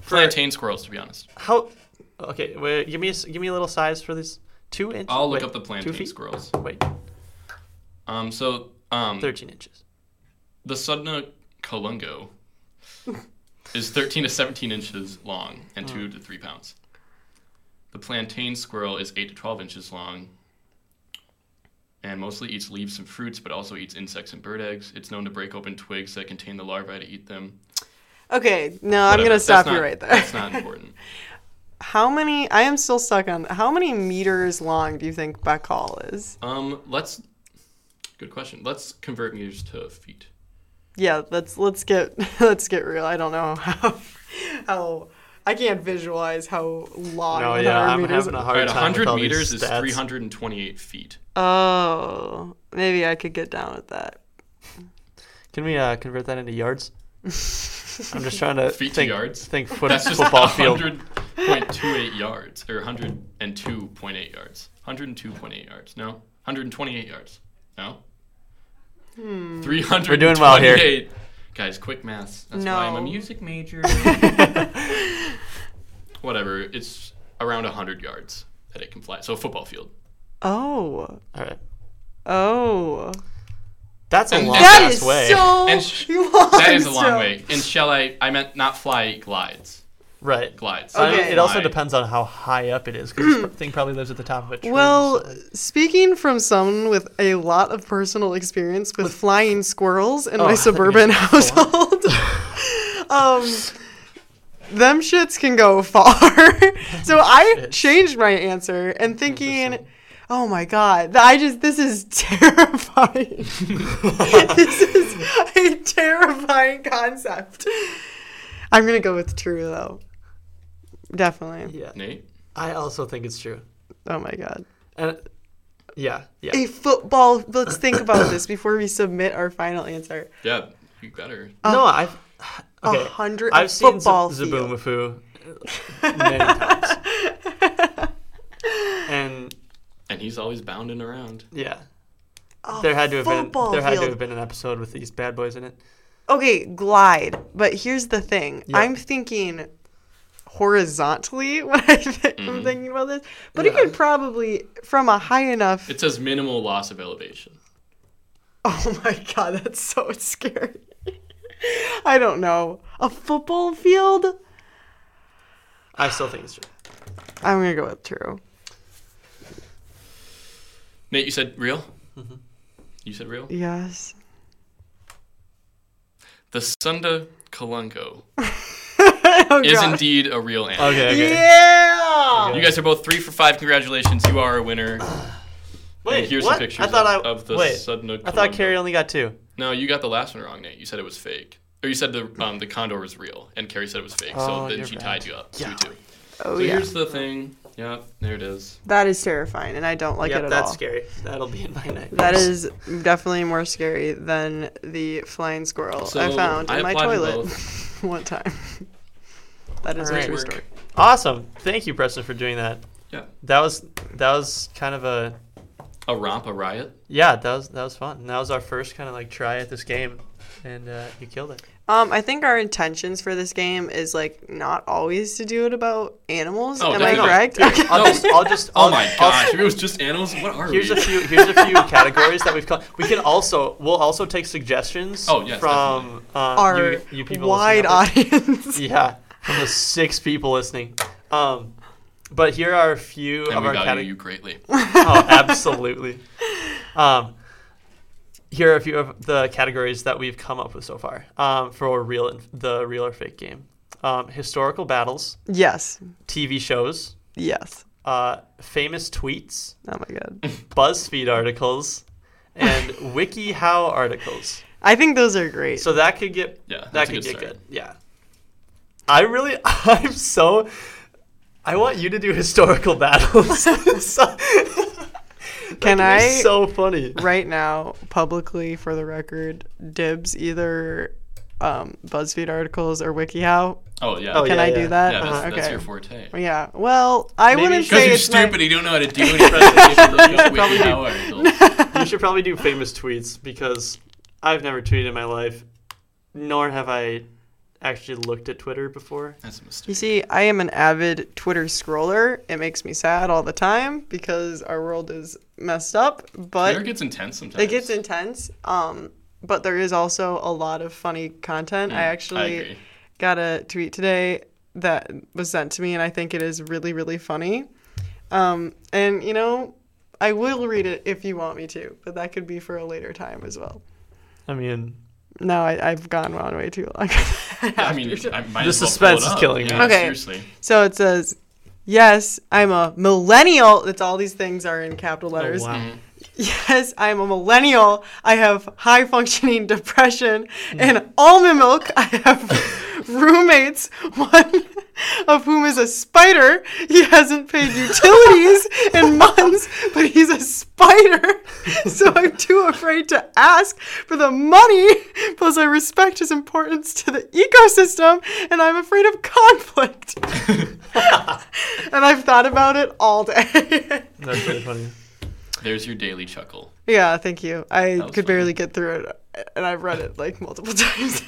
Speaker 1: Plantain squirrels, to be honest.
Speaker 3: How? Okay. Wait, give me a, s- give me a little size for these. Two inches.
Speaker 1: I'll look
Speaker 3: Wait,
Speaker 1: up the
Speaker 3: two
Speaker 1: plantain
Speaker 3: feet?
Speaker 1: squirrels.
Speaker 3: Wait,
Speaker 1: Um, so um,
Speaker 3: thirteen inches.
Speaker 1: the Sudna Colungo is 13 to 17 inches long and
Speaker 3: Oh.
Speaker 1: two to three pounds. The plantain squirrel is eight to 12 inches long. And mostly eats leaves and fruits, but also eats insects and bird eggs. It's known to break open twigs that contain the larvae to eat them.
Speaker 2: okay no i'm
Speaker 1: Whatever,
Speaker 2: gonna
Speaker 1: that's
Speaker 2: stop you
Speaker 1: not-
Speaker 2: right there
Speaker 1: That's not important.
Speaker 2: how many i am still stuck on how many meters long do you think bacal is
Speaker 1: Um, let's. Good question. Let's convert meters to feet.
Speaker 2: yeah let's let's get let's get real i don't know how how i can't visualize how long
Speaker 3: No,
Speaker 2: 100
Speaker 3: Oh, yeah, I'm
Speaker 2: meters
Speaker 3: having a
Speaker 1: All
Speaker 3: hard
Speaker 1: right,
Speaker 3: time. with
Speaker 1: 100
Speaker 3: all these
Speaker 1: meters is
Speaker 3: stats.
Speaker 1: 328 feet.
Speaker 2: Oh, maybe I could get down with that.
Speaker 3: Can we uh, convert that into yards? I'm just trying to
Speaker 1: Feet to
Speaker 3: think,
Speaker 1: yards?
Speaker 3: think foot,
Speaker 1: That's just
Speaker 3: football field.
Speaker 1: 100.28 yards, or 102.8 yards. 102.8 yards. No, 128 yards. No. Hmm. 300.
Speaker 3: We're doing well here.
Speaker 1: Guys, quick maths. That's
Speaker 2: No.
Speaker 1: why I'm a music major. Whatever. It's around 100 yards that it can fly. So a football field.
Speaker 2: Oh,
Speaker 3: All right,
Speaker 2: oh,
Speaker 3: that's a
Speaker 1: And
Speaker 3: long
Speaker 1: that
Speaker 2: that
Speaker 3: ass
Speaker 2: is
Speaker 3: way.
Speaker 2: so
Speaker 1: And sh-
Speaker 2: long.
Speaker 1: That is a long
Speaker 2: so-
Speaker 1: way. And shall I? I meant not fly, glides.
Speaker 3: right.
Speaker 1: Glides.
Speaker 3: I mean,
Speaker 2: Okay.
Speaker 3: It also
Speaker 1: Fly.
Speaker 3: depends on how high up it is because this thing probably lives at the top of a tree.
Speaker 2: Well,
Speaker 3: uh,
Speaker 2: speaking from someone with a lot of personal experience with flying squirrels in
Speaker 3: Oh,
Speaker 2: my
Speaker 3: I thought you
Speaker 2: suburban
Speaker 3: said
Speaker 2: household, um, them shits can go far. so I
Speaker 3: Shits.
Speaker 2: changed my answer and thinking,
Speaker 3: Interesting.
Speaker 2: oh my god, th- I just this is terrifying. this is a terrifying concept. I'm gonna go with true though. Definitely.
Speaker 3: yeah,
Speaker 1: Nate.
Speaker 3: I also think it's true.
Speaker 2: Oh my god.
Speaker 3: And yeah, yeah.
Speaker 2: a football. Let's think about this before we submit our final answer.
Speaker 1: Yeah, you better.
Speaker 3: no, I've
Speaker 2: a
Speaker 3: okay.
Speaker 2: hundred- a
Speaker 3: I've seen Z-
Speaker 2: football field.
Speaker 3: Zaboomafoo many times. And
Speaker 1: And he's always bounding around.
Speaker 3: yeah,
Speaker 4: Oh,
Speaker 3: there had to have been
Speaker 4: football
Speaker 3: there had to
Speaker 4: field.
Speaker 3: have been an episode with these bad boys in it.
Speaker 2: okay, glide. But here's the thing.
Speaker 3: Yeah.
Speaker 2: I'm thinking horizontally when I th- I'm thinking about this. But it
Speaker 3: Mm-hmm. Yeah.
Speaker 2: could probably from a high enough
Speaker 1: It says minimal loss of elevation.
Speaker 2: Oh my god, that's so scary. I don't know. A football field?
Speaker 3: I still think it's true.
Speaker 2: I'm gonna go with true.
Speaker 1: Nate, you said real?
Speaker 3: Mm-hmm.
Speaker 1: You said real?
Speaker 2: Yes.
Speaker 1: The Sunda Kalanko
Speaker 2: Oh,
Speaker 1: is
Speaker 2: God.
Speaker 1: indeed a real animal.
Speaker 3: Okay, okay.
Speaker 2: Yeah.
Speaker 1: You guys are both three for five. Congratulations. You are a winner.
Speaker 3: Wait,
Speaker 1: and here's
Speaker 3: what?
Speaker 1: the pictures
Speaker 3: I thought
Speaker 1: of,
Speaker 3: I
Speaker 1: of the
Speaker 3: wait.
Speaker 1: Sunda
Speaker 3: I thought
Speaker 1: Kalanko.
Speaker 3: Carrie only got two.
Speaker 1: No, you got the last one wrong, Nate. You said it was fake. Or you said the um, the condor was real, and Carrie said it was fake.
Speaker 3: Oh,
Speaker 1: so then
Speaker 3: you're
Speaker 1: she
Speaker 3: right.
Speaker 1: tied you up.
Speaker 3: Yeah.
Speaker 1: Two, two.
Speaker 2: Oh
Speaker 1: So
Speaker 2: yeah.
Speaker 1: here's the thing. Yeah, there it is.
Speaker 2: That is terrifying, and I don't like it
Speaker 3: Yep,
Speaker 2: at
Speaker 3: that's
Speaker 2: all.
Speaker 3: scary. That'll be in my night.
Speaker 2: That is definitely more scary than the flying squirrel
Speaker 1: So
Speaker 2: I found
Speaker 1: I
Speaker 2: in my
Speaker 1: applied to
Speaker 2: toilet
Speaker 1: both.
Speaker 2: one time. that is
Speaker 3: Alright.
Speaker 2: a true
Speaker 1: Work.
Speaker 2: story.
Speaker 3: awesome. Thank you, Preston, for doing that.
Speaker 1: Yeah.
Speaker 3: That was that was kind of a
Speaker 1: A romp, a riot.
Speaker 3: yeah. That was that was fun. That was our first kind of like try at this game, and uh, you killed it.
Speaker 2: Um, I think our intentions for this game is like not always to do it about animals.
Speaker 1: Oh,
Speaker 2: Am I
Speaker 1: definitely not.
Speaker 2: correct?
Speaker 3: Here,
Speaker 2: Okay.
Speaker 3: I'll just I'll just
Speaker 1: Oh
Speaker 3: I'll-
Speaker 1: my
Speaker 3: I'll-
Speaker 1: gosh! If it was just animals, what are
Speaker 3: Here's
Speaker 1: we?
Speaker 3: a few. Here's a few categories that we've. Called. We can also. We'll also take suggestions.
Speaker 1: Oh, yes,
Speaker 3: from um,
Speaker 2: Our
Speaker 3: you, you people. listening
Speaker 2: wide
Speaker 3: out
Speaker 2: audience.
Speaker 3: there. Yeah, from the six people listening. Um, but here are a few
Speaker 1: and
Speaker 3: of
Speaker 1: we
Speaker 3: our
Speaker 1: value
Speaker 3: categories.
Speaker 1: you greatly.
Speaker 3: oh, absolutely. Um, here are a few of the categories that we've come up with so far um, for real and the real or fake game: um, historical battles,
Speaker 2: yes.
Speaker 3: TV shows,
Speaker 2: Yes.
Speaker 3: uh, famous tweets,
Speaker 2: Oh my god.
Speaker 3: BuzzFeed articles, and WikiHow articles.
Speaker 2: I think those are great.
Speaker 3: So that could get
Speaker 1: Yeah,
Speaker 3: that
Speaker 1: that's a
Speaker 3: could
Speaker 1: good
Speaker 3: get
Speaker 1: start.
Speaker 3: good. Yeah. I really I'm so I want you to do historical battles. so,
Speaker 2: Can
Speaker 3: that could be
Speaker 2: I-
Speaker 3: so funny.
Speaker 2: right now, publicly for the record, dibs either um, BuzzFeed articles or WikiHow.
Speaker 1: Oh yeah.
Speaker 3: Oh,
Speaker 2: Can
Speaker 3: yeah,
Speaker 2: I
Speaker 3: yeah.
Speaker 2: do that?
Speaker 1: Yeah, that's,
Speaker 2: Uh-huh,
Speaker 1: that's
Speaker 2: okay.
Speaker 1: your forte.
Speaker 2: yeah. Well, I
Speaker 3: Maybe
Speaker 2: wouldn't
Speaker 3: you should-
Speaker 1: Because
Speaker 2: say
Speaker 1: you're
Speaker 2: it's
Speaker 1: stupid,
Speaker 2: my-
Speaker 1: you don't know how to do any presentation. You
Speaker 3: probably
Speaker 1: wait
Speaker 3: do-
Speaker 1: how articles.
Speaker 3: You should probably do famous tweets because I've never tweeted in my life, nor have I actually looked at Twitter before.
Speaker 1: That's a
Speaker 2: You
Speaker 1: mistake.
Speaker 2: see, I am an avid Twitter scroller. It makes me sad all the time because our world is messed up,
Speaker 1: Twitter
Speaker 2: but
Speaker 1: gets intense sometimes.
Speaker 2: it gets intense. Um, but there is also a lot of funny content. I actually
Speaker 1: Hmm, Mm, agree.
Speaker 2: got a tweet today that was sent to me, and I think it is really, really funny. Um, and you know, I will read it if you want me to, but that could be for a later time as well.
Speaker 3: I mean,
Speaker 2: No, I, I've gone on way too long.
Speaker 1: Yeah, I mean, I might
Speaker 3: The
Speaker 1: as well pull
Speaker 3: suspense
Speaker 1: it
Speaker 3: is
Speaker 1: up.
Speaker 3: killing me.
Speaker 1: Yeah,
Speaker 2: Okay.
Speaker 1: Seriously.
Speaker 2: So it says, Yes, I'm a millennial. That's all these things are in
Speaker 1: Oh,
Speaker 2: capital letters.
Speaker 3: oh, wow.
Speaker 2: Yes, I'm a millennial. I have high functioning depression and almond milk. I have roommates, one of whom is a spider. He hasn't paid utilities in months, but he's a spider. So I'm too afraid to ask for the money. Plus, I respect his importance to the ecosystem and I'm afraid of conflict. and I've thought about it all day.
Speaker 3: that's really funny.
Speaker 1: There's your daily chuckle.
Speaker 2: Yeah, thank you. I
Speaker 1: was
Speaker 2: could
Speaker 1: fun.
Speaker 2: barely get through it, and I've read it like multiple times.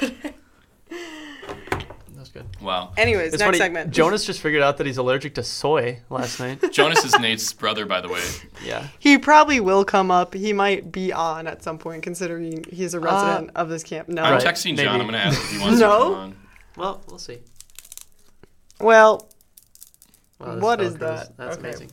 Speaker 3: That's good.
Speaker 1: Wow.
Speaker 2: Anyways,
Speaker 3: It's
Speaker 2: next
Speaker 3: funny.
Speaker 2: segment.
Speaker 3: Jonas just figured out that he's allergic to soy last night.
Speaker 1: Jonas is Nate's brother, by the way.
Speaker 3: yeah.
Speaker 2: He probably will come up. He might be on at some point, considering he's
Speaker 3: Uh,
Speaker 2: a resident of this camp. No.
Speaker 1: I'm
Speaker 3: Right,
Speaker 1: texting
Speaker 3: maybe.
Speaker 1: John. I'm going to ask if he wants
Speaker 2: No.
Speaker 1: to come on.
Speaker 3: Well, we'll see.
Speaker 2: Well,
Speaker 3: Wow, this
Speaker 2: What
Speaker 3: fell
Speaker 2: is
Speaker 3: through.
Speaker 2: that?
Speaker 3: That's
Speaker 2: Okay.
Speaker 3: amazing.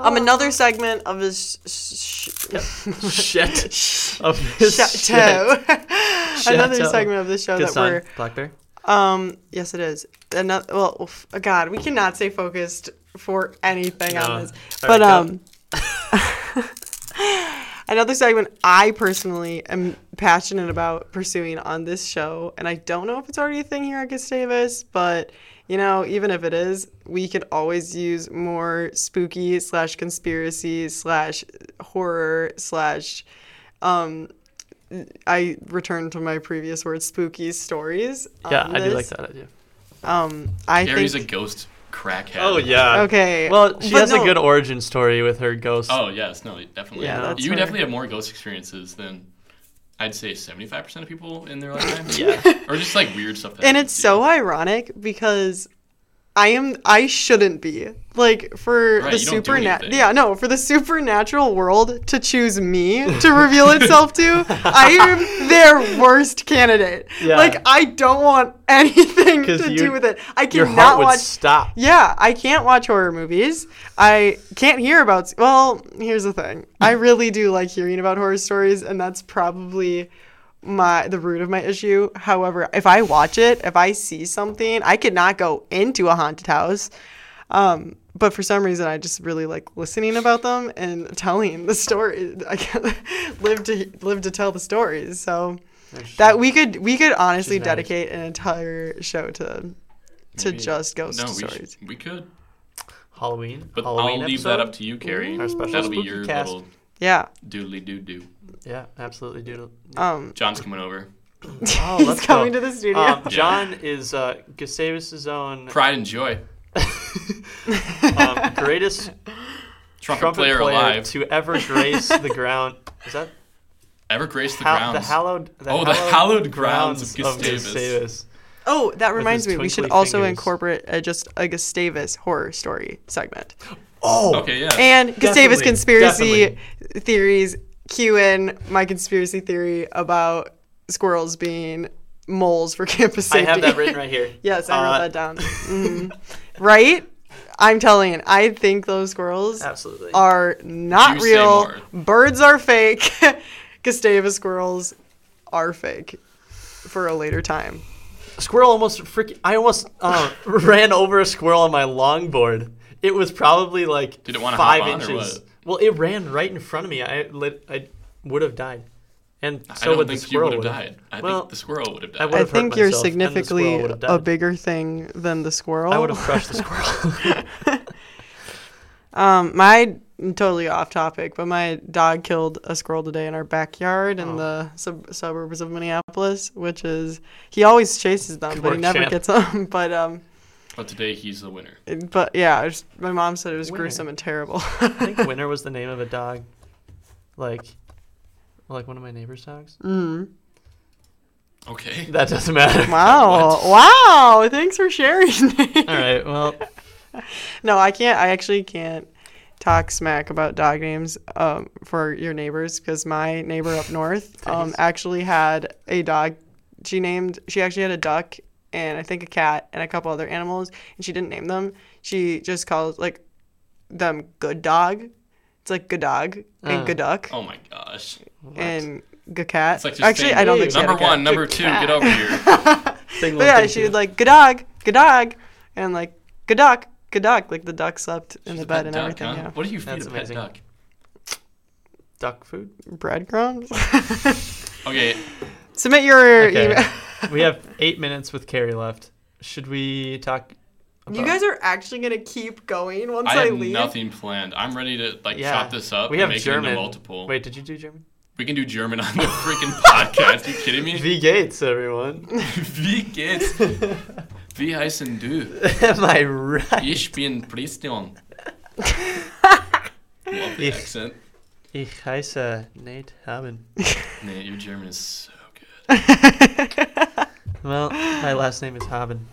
Speaker 3: Uh,
Speaker 2: um, another segment of this sh-
Speaker 3: shit.
Speaker 2: sh-
Speaker 3: Of this shit.
Speaker 2: chateau. another
Speaker 3: Chateau.
Speaker 2: segment of the show
Speaker 3: Good
Speaker 2: that
Speaker 3: sign,
Speaker 2: we're
Speaker 3: Blackberry.
Speaker 2: um. Yes, it is. Another. Well, oof, God, we cannot stay focused for anything
Speaker 3: No.
Speaker 2: on this.
Speaker 3: All
Speaker 2: but
Speaker 3: right, go.
Speaker 2: um another segment i personally am passionate about pursuing on this show and i don't know if it's already a thing here at gustavus but you know even if it is we could always use more spooky slash conspiracy slash horror slash um i return to my previous word spooky stories on
Speaker 3: Yeah, I do
Speaker 2: this.
Speaker 3: like that idea.
Speaker 2: Um, I
Speaker 1: Gary's
Speaker 2: think.
Speaker 1: a ghost crackhead.
Speaker 3: Oh yeah.
Speaker 2: okay.
Speaker 3: Well, she
Speaker 2: but
Speaker 3: has a
Speaker 2: no,
Speaker 3: good origin story with her ghost.
Speaker 1: Oh yes, no, definitely.
Speaker 2: Yeah, that's
Speaker 1: you
Speaker 2: where-
Speaker 1: definitely have more ghost experiences than I'd say seventy-five percent of people in their lifetime.
Speaker 3: Yeah.
Speaker 1: or just like weird stuff. That
Speaker 2: And
Speaker 1: happens
Speaker 2: it's
Speaker 1: to you.
Speaker 2: so ironic because I am I shouldn't be like for
Speaker 1: Right,
Speaker 2: the
Speaker 1: you don't do
Speaker 2: supernatural.
Speaker 1: anything.
Speaker 2: Yeah, no, for the supernatural world to choose me to reveal itself to, I am their worst candidate.
Speaker 3: Yeah.
Speaker 2: Like I don't want anything
Speaker 3: 'Cause
Speaker 2: to
Speaker 3: you-
Speaker 2: do with it. I
Speaker 3: Your
Speaker 2: cannot
Speaker 3: heart would
Speaker 2: watch
Speaker 3: stop.
Speaker 2: Yeah, I can't watch horror movies. I can't hear about. Well, here's the thing. I really do like hearing about horror stories, and that's probably my the root of my issue. However, if I watch it, if I see something, I could not go into a haunted house. Um, but for some reason, I just really like listening about them and telling the story. I can't live to live to tell the stories. So that we could we could honestly
Speaker 3: nice.
Speaker 2: dedicate an entire show to to
Speaker 1: Maybe.
Speaker 2: just ghost
Speaker 1: no, we
Speaker 2: stories.
Speaker 1: should- we could,
Speaker 3: Halloween.
Speaker 1: but
Speaker 3: Halloween
Speaker 1: I'll leave that up to you, Carrie.
Speaker 3: Our special
Speaker 1: That'll be
Speaker 3: spooky
Speaker 1: your
Speaker 3: cast.
Speaker 1: little
Speaker 2: Yeah.
Speaker 1: doodly doo doo.
Speaker 3: Yeah, absolutely, dude.
Speaker 2: Um,
Speaker 1: John's coming over.
Speaker 3: Oh,
Speaker 2: he's
Speaker 3: let's
Speaker 2: coming
Speaker 3: go.
Speaker 2: to the studio.
Speaker 3: Um, John is uh, Gustavus's own
Speaker 1: Pride and joy.
Speaker 3: um, greatest
Speaker 1: Trumpet,
Speaker 3: trumpet
Speaker 1: player,
Speaker 3: player,
Speaker 1: alive.
Speaker 3: to ever grace the ground. Is that
Speaker 1: Ever grace the
Speaker 3: ha- the
Speaker 1: grounds.
Speaker 3: hallowed? The
Speaker 1: Oh, the
Speaker 3: hallowed,
Speaker 1: hallowed grounds of Gustavus.
Speaker 2: oh, that reminds
Speaker 3: his
Speaker 2: me. We should
Speaker 3: twinkly
Speaker 2: also
Speaker 3: fingers.
Speaker 2: incorporate uh, just a Gustavus horror story segment
Speaker 3: Oh,
Speaker 1: okay, yeah.
Speaker 2: and Gustavus
Speaker 3: Definitely,
Speaker 2: conspiracy theories. Cue in my conspiracy theory about squirrels being moles for campus
Speaker 3: I
Speaker 2: safety.
Speaker 3: have that written right here.
Speaker 2: yes, I wrote
Speaker 3: Uh,
Speaker 2: that down. Mhm. right? I'm telling you, I think those squirrels
Speaker 3: Absolutely.
Speaker 2: are not
Speaker 1: You say
Speaker 2: real.
Speaker 1: more.
Speaker 2: Birds are fake. Gustavus squirrels are fake for a later time.
Speaker 3: squirrel almost freaking. I almost uh, ran over a squirrel on my longboard. It was probably like
Speaker 1: Did it wanna
Speaker 3: five
Speaker 1: hop on or
Speaker 3: inches.
Speaker 1: what?
Speaker 3: Well, it ran right in front of me. I lit, I would have died, and so
Speaker 1: I don't
Speaker 3: would
Speaker 1: think
Speaker 3: the
Speaker 1: you
Speaker 3: squirrel.
Speaker 1: would have
Speaker 3: would've.
Speaker 1: died. I
Speaker 3: Well,
Speaker 1: think the squirrel would have
Speaker 3: I
Speaker 1: died.
Speaker 2: I
Speaker 3: would've hurt
Speaker 2: think you're
Speaker 3: myself, and the squirrel
Speaker 2: significantly
Speaker 3: would've
Speaker 2: a
Speaker 3: died.
Speaker 2: bigger thing than the squirrel.
Speaker 3: I would have crushed the squirrel.
Speaker 2: Um, my totally off topic, but my dog killed a squirrel today in our backyard in
Speaker 3: Oh.
Speaker 2: the sub- suburbs of Minneapolis, which is he always chases them,
Speaker 3: Good
Speaker 2: but he
Speaker 3: work,
Speaker 2: never
Speaker 3: champ.
Speaker 2: gets them. But um,
Speaker 1: But today he's the winner.
Speaker 2: it- but yeah, it was- my mom said it was
Speaker 3: Winner.
Speaker 2: gruesome and terrible.
Speaker 3: I think Winner was the name of a dog, like, like one of my neighbor's dogs.
Speaker 2: mm.
Speaker 1: Okay.
Speaker 3: That doesn't matter.
Speaker 2: Wow, wow! Thanks for sharing.
Speaker 3: All right. Well,
Speaker 2: No, I can't. I actually can't talk smack about dog names um, for your neighbors because my neighbor up north um,
Speaker 3: Nice.
Speaker 2: actually had a dog. She named. She actually had a duck and I think a cat and a couple other animals, and she didn't name them. She just called like them good dog. It's like good dog and
Speaker 3: Uh,
Speaker 2: good duck
Speaker 1: Oh my gosh.
Speaker 2: and good cat.
Speaker 1: It's like just
Speaker 2: actually,
Speaker 1: saying,
Speaker 2: I don't
Speaker 3: "Hey,
Speaker 2: think she had
Speaker 1: Number
Speaker 2: a cat.
Speaker 1: one, number
Speaker 3: Good
Speaker 1: two,
Speaker 3: cat.
Speaker 1: get over here.
Speaker 3: sing
Speaker 2: But
Speaker 3: one,
Speaker 2: yeah,
Speaker 3: thank
Speaker 2: she
Speaker 3: you.
Speaker 2: was like good dog, good dog, and like good dog, good dog. Like the duck slept in
Speaker 1: She's
Speaker 2: the
Speaker 1: a
Speaker 2: bed
Speaker 1: pet
Speaker 2: and
Speaker 1: duck,
Speaker 2: everything.
Speaker 1: huh?
Speaker 2: Yeah.
Speaker 1: What do you feed
Speaker 3: That's
Speaker 1: a pet
Speaker 3: amazing.
Speaker 1: duck?
Speaker 3: duck food.
Speaker 2: breadcrumbs.
Speaker 1: Okay,
Speaker 2: Submit your
Speaker 3: Okay.
Speaker 2: email.
Speaker 3: we have eight minutes with Carrie left. Should we talk?
Speaker 2: You guys are actually gonna keep going once
Speaker 1: I
Speaker 2: I,
Speaker 1: have
Speaker 2: leave.
Speaker 1: nothing planned. I'm ready to like
Speaker 3: Yeah.
Speaker 1: chop this up
Speaker 3: We
Speaker 1: and
Speaker 3: have
Speaker 1: make it
Speaker 3: German.
Speaker 1: into multiple.
Speaker 3: Wait, did you do German?
Speaker 1: We can do German on the freaking podcast. you kidding me?
Speaker 3: V Gates, everyone.
Speaker 1: Wie geht's? Wie heißen du?
Speaker 3: Am I right?
Speaker 1: Ich bin Christian. Love the
Speaker 3: Ich-
Speaker 1: accent.
Speaker 3: Ich heiße Nate Haben.
Speaker 1: Nate, your German is so good.
Speaker 3: Well, my last name is Haben.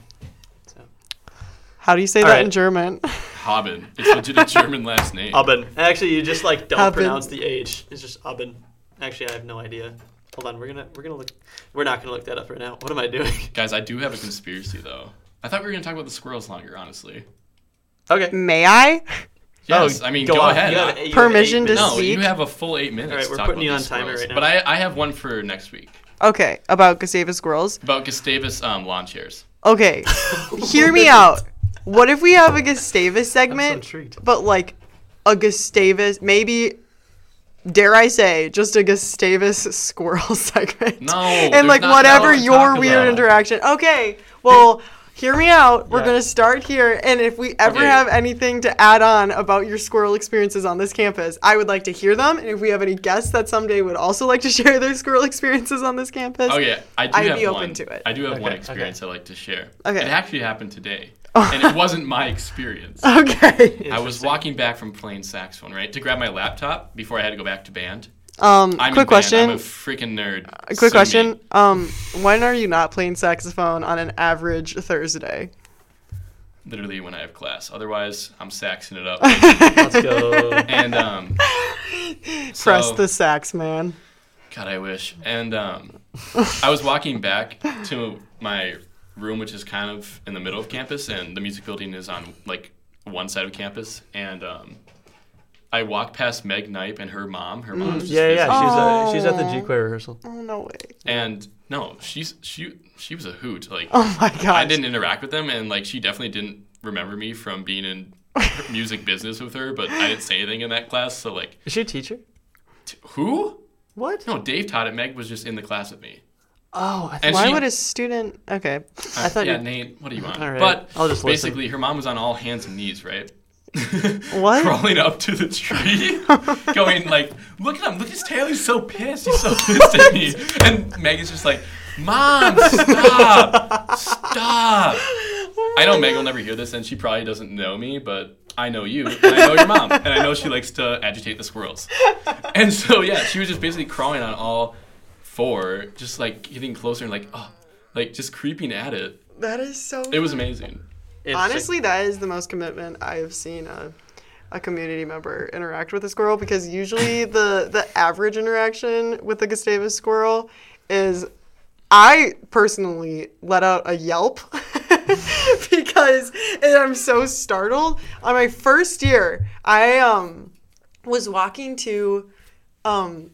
Speaker 3: So.
Speaker 2: How do you say
Speaker 3: All
Speaker 2: that
Speaker 3: right.
Speaker 2: in German?
Speaker 1: Haben. It's legit a German last name.
Speaker 3: Haben. Actually, you just like don't
Speaker 2: Haben.
Speaker 3: pronounce the H. It's just Haben. Actually, I have no idea. Hold on, we're gonna we're gonna look. We're not gonna look that up right now. What am I doing?
Speaker 1: Guys, I do have a conspiracy though. I thought we were gonna talk about the squirrels longer, honestly.
Speaker 3: Okay.
Speaker 2: May I?
Speaker 1: Yes, I mean go,
Speaker 3: Oh, on.
Speaker 1: ahead.
Speaker 3: You have
Speaker 1: I-
Speaker 3: eight- you have
Speaker 2: Permission
Speaker 3: eight
Speaker 2: to
Speaker 3: minutes.
Speaker 1: no, you
Speaker 2: speak?
Speaker 1: have a full eight minutes.
Speaker 3: All right,
Speaker 1: to
Speaker 3: we're
Speaker 1: talk
Speaker 3: putting
Speaker 1: about
Speaker 3: you on
Speaker 1: these
Speaker 3: timer
Speaker 1: squirrels.
Speaker 3: right now.
Speaker 1: But I, I have one for next week
Speaker 2: Okay, about Gustavus squirrels.
Speaker 1: about Gustavus um, lawn chairs.
Speaker 2: Okay, hear me out. What if we have a Gustavus segment,
Speaker 3: intrigued.
Speaker 2: but like a Gustavus, maybe, dare I say, just a Gustavus squirrel segment?
Speaker 1: No,
Speaker 2: and
Speaker 1: there's
Speaker 2: like
Speaker 1: not-
Speaker 2: whatever
Speaker 1: no,
Speaker 2: your
Speaker 1: talk
Speaker 2: weird
Speaker 1: about it.
Speaker 2: interaction. Okay, well, hear me out. We're
Speaker 3: Yeah.
Speaker 2: going to start here. And if we ever
Speaker 1: Okay.
Speaker 2: have anything to add on about your squirrel experiences on this campus, I would like to hear them. And if we have any guests that someday would also like to share their squirrel experiences on this campus.
Speaker 1: Oh yeah, I do
Speaker 2: I'd
Speaker 1: have
Speaker 2: be open
Speaker 1: one.
Speaker 2: to it.
Speaker 1: I do have
Speaker 3: Okay,
Speaker 1: one
Speaker 3: okay.
Speaker 1: experience I like to share.
Speaker 2: Okay.
Speaker 1: It actually happened today, and it wasn't my experience.
Speaker 2: Okay.
Speaker 1: I was
Speaker 3: Interesting.
Speaker 1: walking back from playing saxophone, right, to grab my laptop before I had to go back to band.
Speaker 2: Um,
Speaker 1: I'm in
Speaker 2: quick
Speaker 1: band. I'm
Speaker 2: question.
Speaker 1: a freaking nerd.
Speaker 2: A
Speaker 1: Sue me.
Speaker 2: quick question. Um, when are you not playing saxophone on an average Thursday?
Speaker 1: Literally when I have class. Otherwise, I'm saxing it up.
Speaker 3: Let's go.
Speaker 1: and um,
Speaker 2: Press
Speaker 1: so-
Speaker 2: the sax, man.
Speaker 1: God, I wish. And um, I was walking back to my room, which is kind of in the middle of campus, and the music building is on like one side of campus. And um, I walked past Meg Knipe and her mom. Her mom.
Speaker 3: Yeah, yeah. She's, uh, she's at the
Speaker 2: Aw.
Speaker 3: G choir rehearsal.
Speaker 2: Oh no way.
Speaker 1: And no, she's she she was a hoot. Like
Speaker 2: Oh my god.
Speaker 1: I didn't interact with them, and like she definitely didn't remember me from being in her music business with her. But I didn't say anything in that class, so like
Speaker 3: Is she a teacher?
Speaker 1: t- who?
Speaker 3: What?
Speaker 1: No, Dave taught it. Meg was just in the class with me.
Speaker 3: Oh, I, th-
Speaker 1: And
Speaker 2: Why
Speaker 1: she-
Speaker 2: would a student? Okay.
Speaker 3: I thought
Speaker 1: Uh, yeah,
Speaker 3: you.
Speaker 1: Nate, what do you want?
Speaker 3: All right,
Speaker 1: But
Speaker 3: I'll just listen.
Speaker 1: basically, her mom was on all hands and knees, right?
Speaker 2: What?
Speaker 1: Crawling up to the tree, going like, "Look at him! Look at his tail! He's so pissed! He's so pissed at me!" And Meg is just like, "Mom, stop! Stop!" I know Meg will never hear this, and she probably doesn't know me, but I know you, and I know your mom, and I know she likes to agitate the squirrels. And so yeah, she was just basically crawling on all four, just like getting closer and like, oh, like just creeping at it.
Speaker 2: That is so.
Speaker 1: It was amazing.
Speaker 2: Honestly, that is the most commitment I have seen a, a community member interact with a squirrel because usually the the average interaction with the Gustavus squirrel is I personally let out a yelp because and I'm so startled. On my first year, I um was walking to um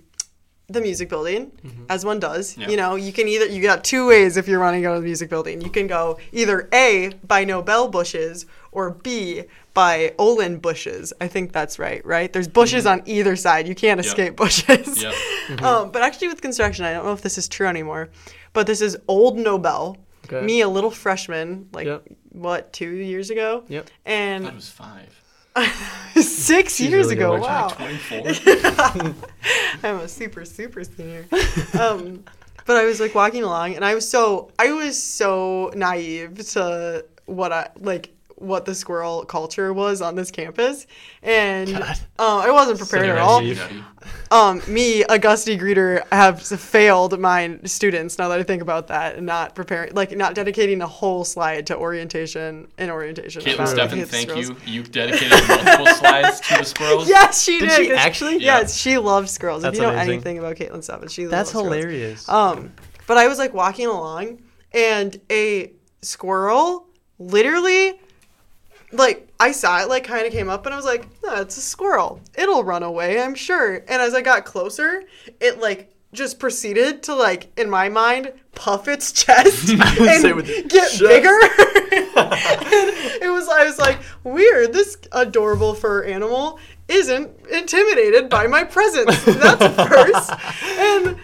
Speaker 2: the music building
Speaker 3: Mm-hmm.
Speaker 2: as one does
Speaker 1: Yeah.
Speaker 2: you know you can either you got two ways if you're running out of the music building you can go either a by nobel bushes or b by olin bushes i think that's right right there's bushes
Speaker 3: Mm-hmm.
Speaker 2: on either side you can't escape bushes
Speaker 1: Yeah.
Speaker 2: um, but actually with construction i don't know if this is true anymore but this is old nobel
Speaker 3: Okay.
Speaker 2: me a little freshman like
Speaker 3: Yep.
Speaker 2: what two years ago
Speaker 3: Yep.
Speaker 2: and
Speaker 1: That was five.
Speaker 2: six years
Speaker 3: really
Speaker 2: ago
Speaker 3: good.
Speaker 2: wow
Speaker 1: Twenty-four.
Speaker 2: I'm a super super senior. um, but I was like walking along, and I was so I was so naive to what I like what the squirrel culture was on this campus, and uh, I wasn't prepared at all.
Speaker 3: naive.
Speaker 2: Um, me, Augusti Greeter, have failed my students now that I think about that, and not preparing, like not dedicating a whole slide to orientation and orientation.
Speaker 1: Caitlin
Speaker 2: about
Speaker 1: Steffen,
Speaker 2: the
Speaker 1: thank
Speaker 2: squirrels.
Speaker 1: you. You dedicated multiple slides to the squirrels.
Speaker 2: Yes, she did.
Speaker 3: Did she
Speaker 2: 'cause-
Speaker 3: actually?
Speaker 1: Yeah.
Speaker 2: Yes, she loves squirrels.
Speaker 3: That's
Speaker 2: if you know
Speaker 3: amazing.
Speaker 2: anything about Caitlin Steffen, she loves
Speaker 3: That's Uh,
Speaker 2: squirrels.
Speaker 3: hilarious.
Speaker 2: Um, but I was like walking along, and a squirrel literally, like I saw it, like kind of came up, and I was like, "No, it's a squirrel. It'll run away, I'm sure." And as I got closer, it like just proceeded to like in my mind puff its chest and
Speaker 3: Say with the
Speaker 2: get
Speaker 3: chest.
Speaker 2: bigger. and it was I was like, "Weird. This adorable fur animal isn't intimidated by my presence. That's a first. And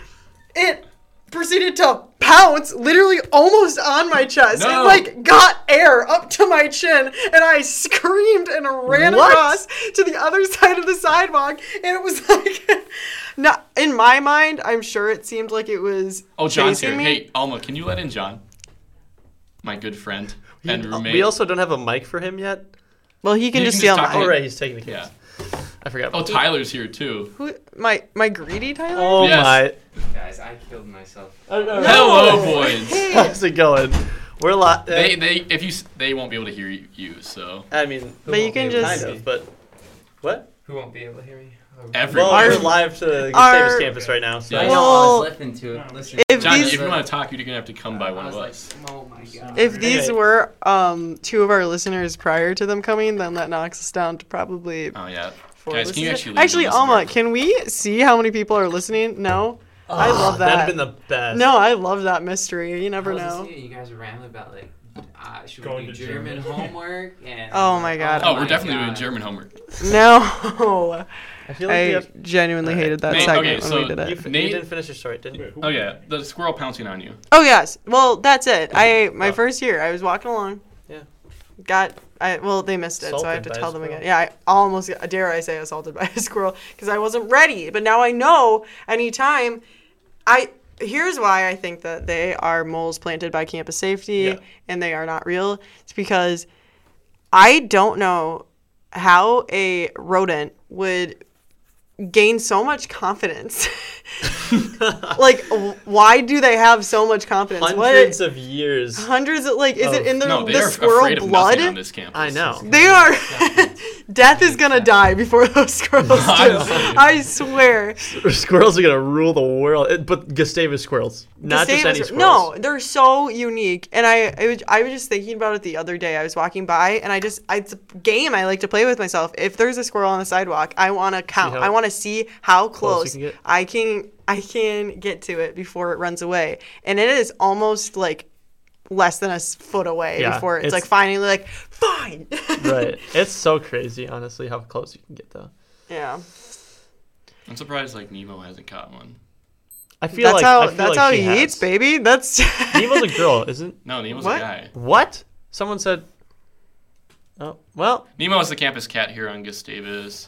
Speaker 2: it proceeded to pounce literally almost on my chest.
Speaker 1: No.
Speaker 2: It like got air up to my chin and I screamed and ran
Speaker 3: What?
Speaker 2: across to the other side of the sidewalk and it was like not in my mind, I'm sure it seemed like it was
Speaker 1: Oh, John's here.
Speaker 2: chasing me.
Speaker 1: Hey, Alma, can you let in John? My good friend and roommate.
Speaker 3: We also don't have a mic for him yet.
Speaker 2: Well, he can
Speaker 1: You
Speaker 2: just
Speaker 1: can
Speaker 2: yell
Speaker 1: just talk
Speaker 2: my
Speaker 1: to
Speaker 3: Oh,
Speaker 1: Yeah.
Speaker 3: right. He's taking the kids.
Speaker 1: Yeah.
Speaker 3: I forgot.
Speaker 1: Oh, Tyler's here too.
Speaker 2: who my my greedy Tyler?
Speaker 3: oh
Speaker 1: Yes.
Speaker 3: my.
Speaker 4: Guys, I killed myself.
Speaker 3: Oh, no, no.
Speaker 1: Hello, boys.
Speaker 3: How's it going? We're a lot.
Speaker 1: They, they, if you, s- they won't be able to hear y- you. So
Speaker 3: I mean,
Speaker 2: But you can
Speaker 3: kind
Speaker 2: just
Speaker 3: of, but what?
Speaker 4: Who won't be able to hear me? Oh,
Speaker 1: everyone,
Speaker 3: Well,
Speaker 2: Our-
Speaker 3: we're live to the
Speaker 2: our-
Speaker 3: Gustavus campus right now, so
Speaker 4: I know.
Speaker 2: Well,
Speaker 4: I was listening to it. Listen.
Speaker 2: if
Speaker 1: John,
Speaker 2: these-
Speaker 1: if you want to talk, you're gonna have to come by
Speaker 4: I
Speaker 1: one
Speaker 4: was
Speaker 1: of
Speaker 4: like,
Speaker 1: us.
Speaker 4: oh my god.
Speaker 2: If these
Speaker 3: Okay.
Speaker 2: were um, two of our listeners prior to them coming, then that knocks us down to probably
Speaker 1: Oh yeah.
Speaker 2: four
Speaker 1: Guys, can you
Speaker 2: listeners.
Speaker 1: actually? leave
Speaker 2: actually,
Speaker 1: and listen to
Speaker 2: Alma,
Speaker 1: it?
Speaker 2: can we see how many people are listening? No, I love
Speaker 3: Oh, that'd have
Speaker 2: that.
Speaker 3: been the best.
Speaker 2: no, I love that mystery. You never
Speaker 4: I was
Speaker 2: know.
Speaker 4: listening to You guys were rambling about like Uh, should
Speaker 5: Going
Speaker 4: we do
Speaker 5: to
Speaker 4: German
Speaker 5: Germany.
Speaker 4: homework? And
Speaker 2: Oh my God.
Speaker 1: Oh, we're definitely doing German homework.
Speaker 2: No.
Speaker 3: I feel like you,
Speaker 2: I
Speaker 3: have,
Speaker 2: genuinely hated that
Speaker 1: Nate,
Speaker 2: segment
Speaker 1: okay,
Speaker 2: when
Speaker 1: so
Speaker 2: we did
Speaker 3: you,
Speaker 2: it.
Speaker 3: f- you
Speaker 1: Nate-
Speaker 3: didn't finish your story, didn't you?
Speaker 5: Wait, who-
Speaker 1: Oh yeah, the squirrel pouncing on you.
Speaker 2: Oh yes. Well, that's it. I my
Speaker 3: Oh.
Speaker 2: first year, I was walking along.
Speaker 3: Yeah.
Speaker 2: Got I well they missed it, so I have to
Speaker 3: Assaulted by a
Speaker 2: tell them again.
Speaker 3: squirrel.
Speaker 2: Yeah, I almost got- dare I say assaulted by a squirrel because I wasn't ready, but now I know. Anytime, I here's why I think that they are moles planted by campus safety
Speaker 3: Yeah.
Speaker 2: and they are not real. It's because I don't know how a rodent would gain so much confidence. like, w- why do they have so much confidence?
Speaker 3: Hundreds
Speaker 2: what?
Speaker 3: of years.
Speaker 2: Hundreds of like, is it in the,
Speaker 1: No, they
Speaker 2: the
Speaker 1: are
Speaker 2: squirrel
Speaker 1: afraid of nothing on
Speaker 2: blood?
Speaker 1: this campus.
Speaker 3: I know.
Speaker 2: They are. Death is gonna die before those squirrels do.
Speaker 1: Honestly.
Speaker 2: I swear.
Speaker 3: squirrels are gonna rule the world, It- but Gustavus squirrels, not just
Speaker 2: Gustavus-
Speaker 3: any squirrels.
Speaker 2: No, they're so unique. And I, I was, I was just thinking about it the other day. I was walking by, and I just, I, it's a game I like to play with myself. If there's a squirrel on the sidewalk, I want to count.
Speaker 3: how
Speaker 2: I want to see how
Speaker 3: close
Speaker 2: close,
Speaker 3: you can get?
Speaker 2: I can, I can get to it before it runs away. And it is almost like less than a s- foot away
Speaker 3: Yeah,
Speaker 2: before it's,
Speaker 3: it's-
Speaker 2: like finally like fine.
Speaker 3: right. It's so crazy, honestly, how close you can get though.
Speaker 2: yeah.
Speaker 1: I'm surprised like Nemo hasn't caught one.
Speaker 3: I feel
Speaker 2: That's
Speaker 3: like I
Speaker 2: how.
Speaker 3: feel
Speaker 2: That's
Speaker 3: like
Speaker 2: how
Speaker 3: she
Speaker 2: he
Speaker 3: has.
Speaker 2: eats, baby. That's.
Speaker 3: Nemo's a girl, isn't?
Speaker 1: No, Nemo's
Speaker 2: What?
Speaker 1: a guy.
Speaker 3: What? Someone said. Oh well,
Speaker 1: Nemo is the campus cat here on Gustavus,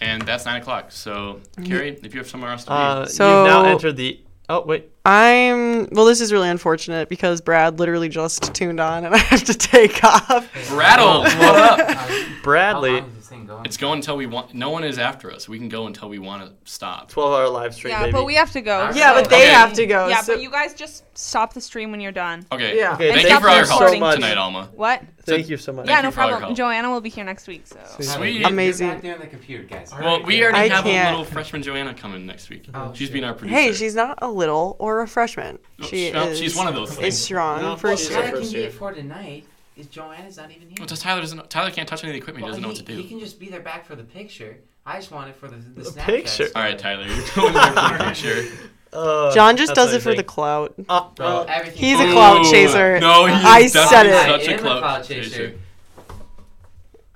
Speaker 1: and that's nine o'clock. So Carrie, if you have somewhere else to be,
Speaker 3: uh,
Speaker 2: So-
Speaker 3: you've now entered the. Oh wait,
Speaker 2: I'm well. This is really unfortunate because Brad literally just tuned on, and I have to take off.
Speaker 1: Brattles, what up?
Speaker 3: Bradley.
Speaker 4: Uh-huh.
Speaker 1: It's going until we want. No one is after us. We can go until we want to stop.
Speaker 3: Twelve-hour live stream,
Speaker 6: Yeah,
Speaker 3: baby.
Speaker 6: but we have to go.
Speaker 2: Yeah,
Speaker 6: so-
Speaker 2: but they
Speaker 1: Okay.
Speaker 2: have to go.
Speaker 6: Yeah,
Speaker 2: so-
Speaker 6: but you guys just stop the stream when you're done.
Speaker 1: Okay.
Speaker 2: Yeah. Okay,
Speaker 1: Thank
Speaker 6: thank
Speaker 1: you for all
Speaker 6: you
Speaker 1: your help
Speaker 6: so much.
Speaker 1: tonight, Alma.
Speaker 6: What?
Speaker 3: Thank you so much.
Speaker 6: yeah,
Speaker 1: you
Speaker 6: no
Speaker 1: for all your help.
Speaker 6: problem. Joanna will be here next week, so.
Speaker 1: Sweet.
Speaker 2: Amazing.
Speaker 4: Back there on the computer, guys.
Speaker 1: Well, we already
Speaker 2: I
Speaker 1: have
Speaker 2: can't.
Speaker 1: a little freshman Joanna coming next week.
Speaker 4: Oh,
Speaker 1: she's
Speaker 4: shit.
Speaker 1: being our producer.
Speaker 2: hey, she's not a little or a freshman.
Speaker 1: No,
Speaker 2: she
Speaker 1: no,
Speaker 2: is.
Speaker 1: she's one of those
Speaker 2: Is
Speaker 1: things.
Speaker 2: strong
Speaker 3: No,
Speaker 2: for
Speaker 3: she's
Speaker 2: sure.
Speaker 3: our
Speaker 4: Tyler
Speaker 3: first
Speaker 4: can be
Speaker 3: year.
Speaker 4: it for tonight. Is Joanna's not even here?
Speaker 1: Well, does Tyler doesn't. Tyler can't touch any of the equipment. He doesn't know what to
Speaker 4: He
Speaker 1: do.
Speaker 4: can just be there back for the picture. I just want it for the, the,
Speaker 3: The
Speaker 4: Snapchat
Speaker 3: picture.
Speaker 1: All right, Tyler, you're going there for the picture.
Speaker 3: Uh,
Speaker 2: John just
Speaker 3: that's
Speaker 2: does
Speaker 3: what I
Speaker 2: it for the
Speaker 3: think.
Speaker 2: clout.
Speaker 3: Uh,
Speaker 4: Bro,
Speaker 3: well,
Speaker 4: everything.
Speaker 2: He's a
Speaker 1: Ooh,
Speaker 2: clout chaser.
Speaker 1: No, he's
Speaker 2: I said it.
Speaker 1: such
Speaker 4: I
Speaker 1: a
Speaker 4: am a
Speaker 1: clout,
Speaker 4: clout chaser.
Speaker 1: chaser.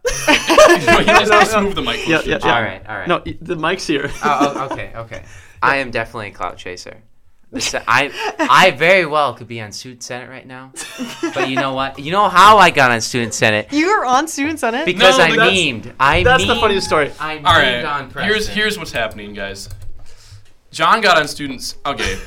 Speaker 1: no, he just has to move the mic.
Speaker 3: yeah,
Speaker 1: closer.
Speaker 3: yeah, yeah.
Speaker 4: All right, all right.
Speaker 3: No, the mic's here.
Speaker 4: Oh, oh, okay, okay. I am definitely a clout chaser. The se- I I very well could be on student senate right now, but you know what? You know how I got on student senate
Speaker 2: You were on students on it.
Speaker 4: because
Speaker 1: No,
Speaker 4: I
Speaker 1: that's-
Speaker 4: memed. I
Speaker 3: That's the
Speaker 4: memed-
Speaker 3: funniest story.
Speaker 4: I memed
Speaker 1: All
Speaker 4: on
Speaker 1: right.
Speaker 4: Preston.
Speaker 1: Here's here's what's happening, guys. John got on students. Okay.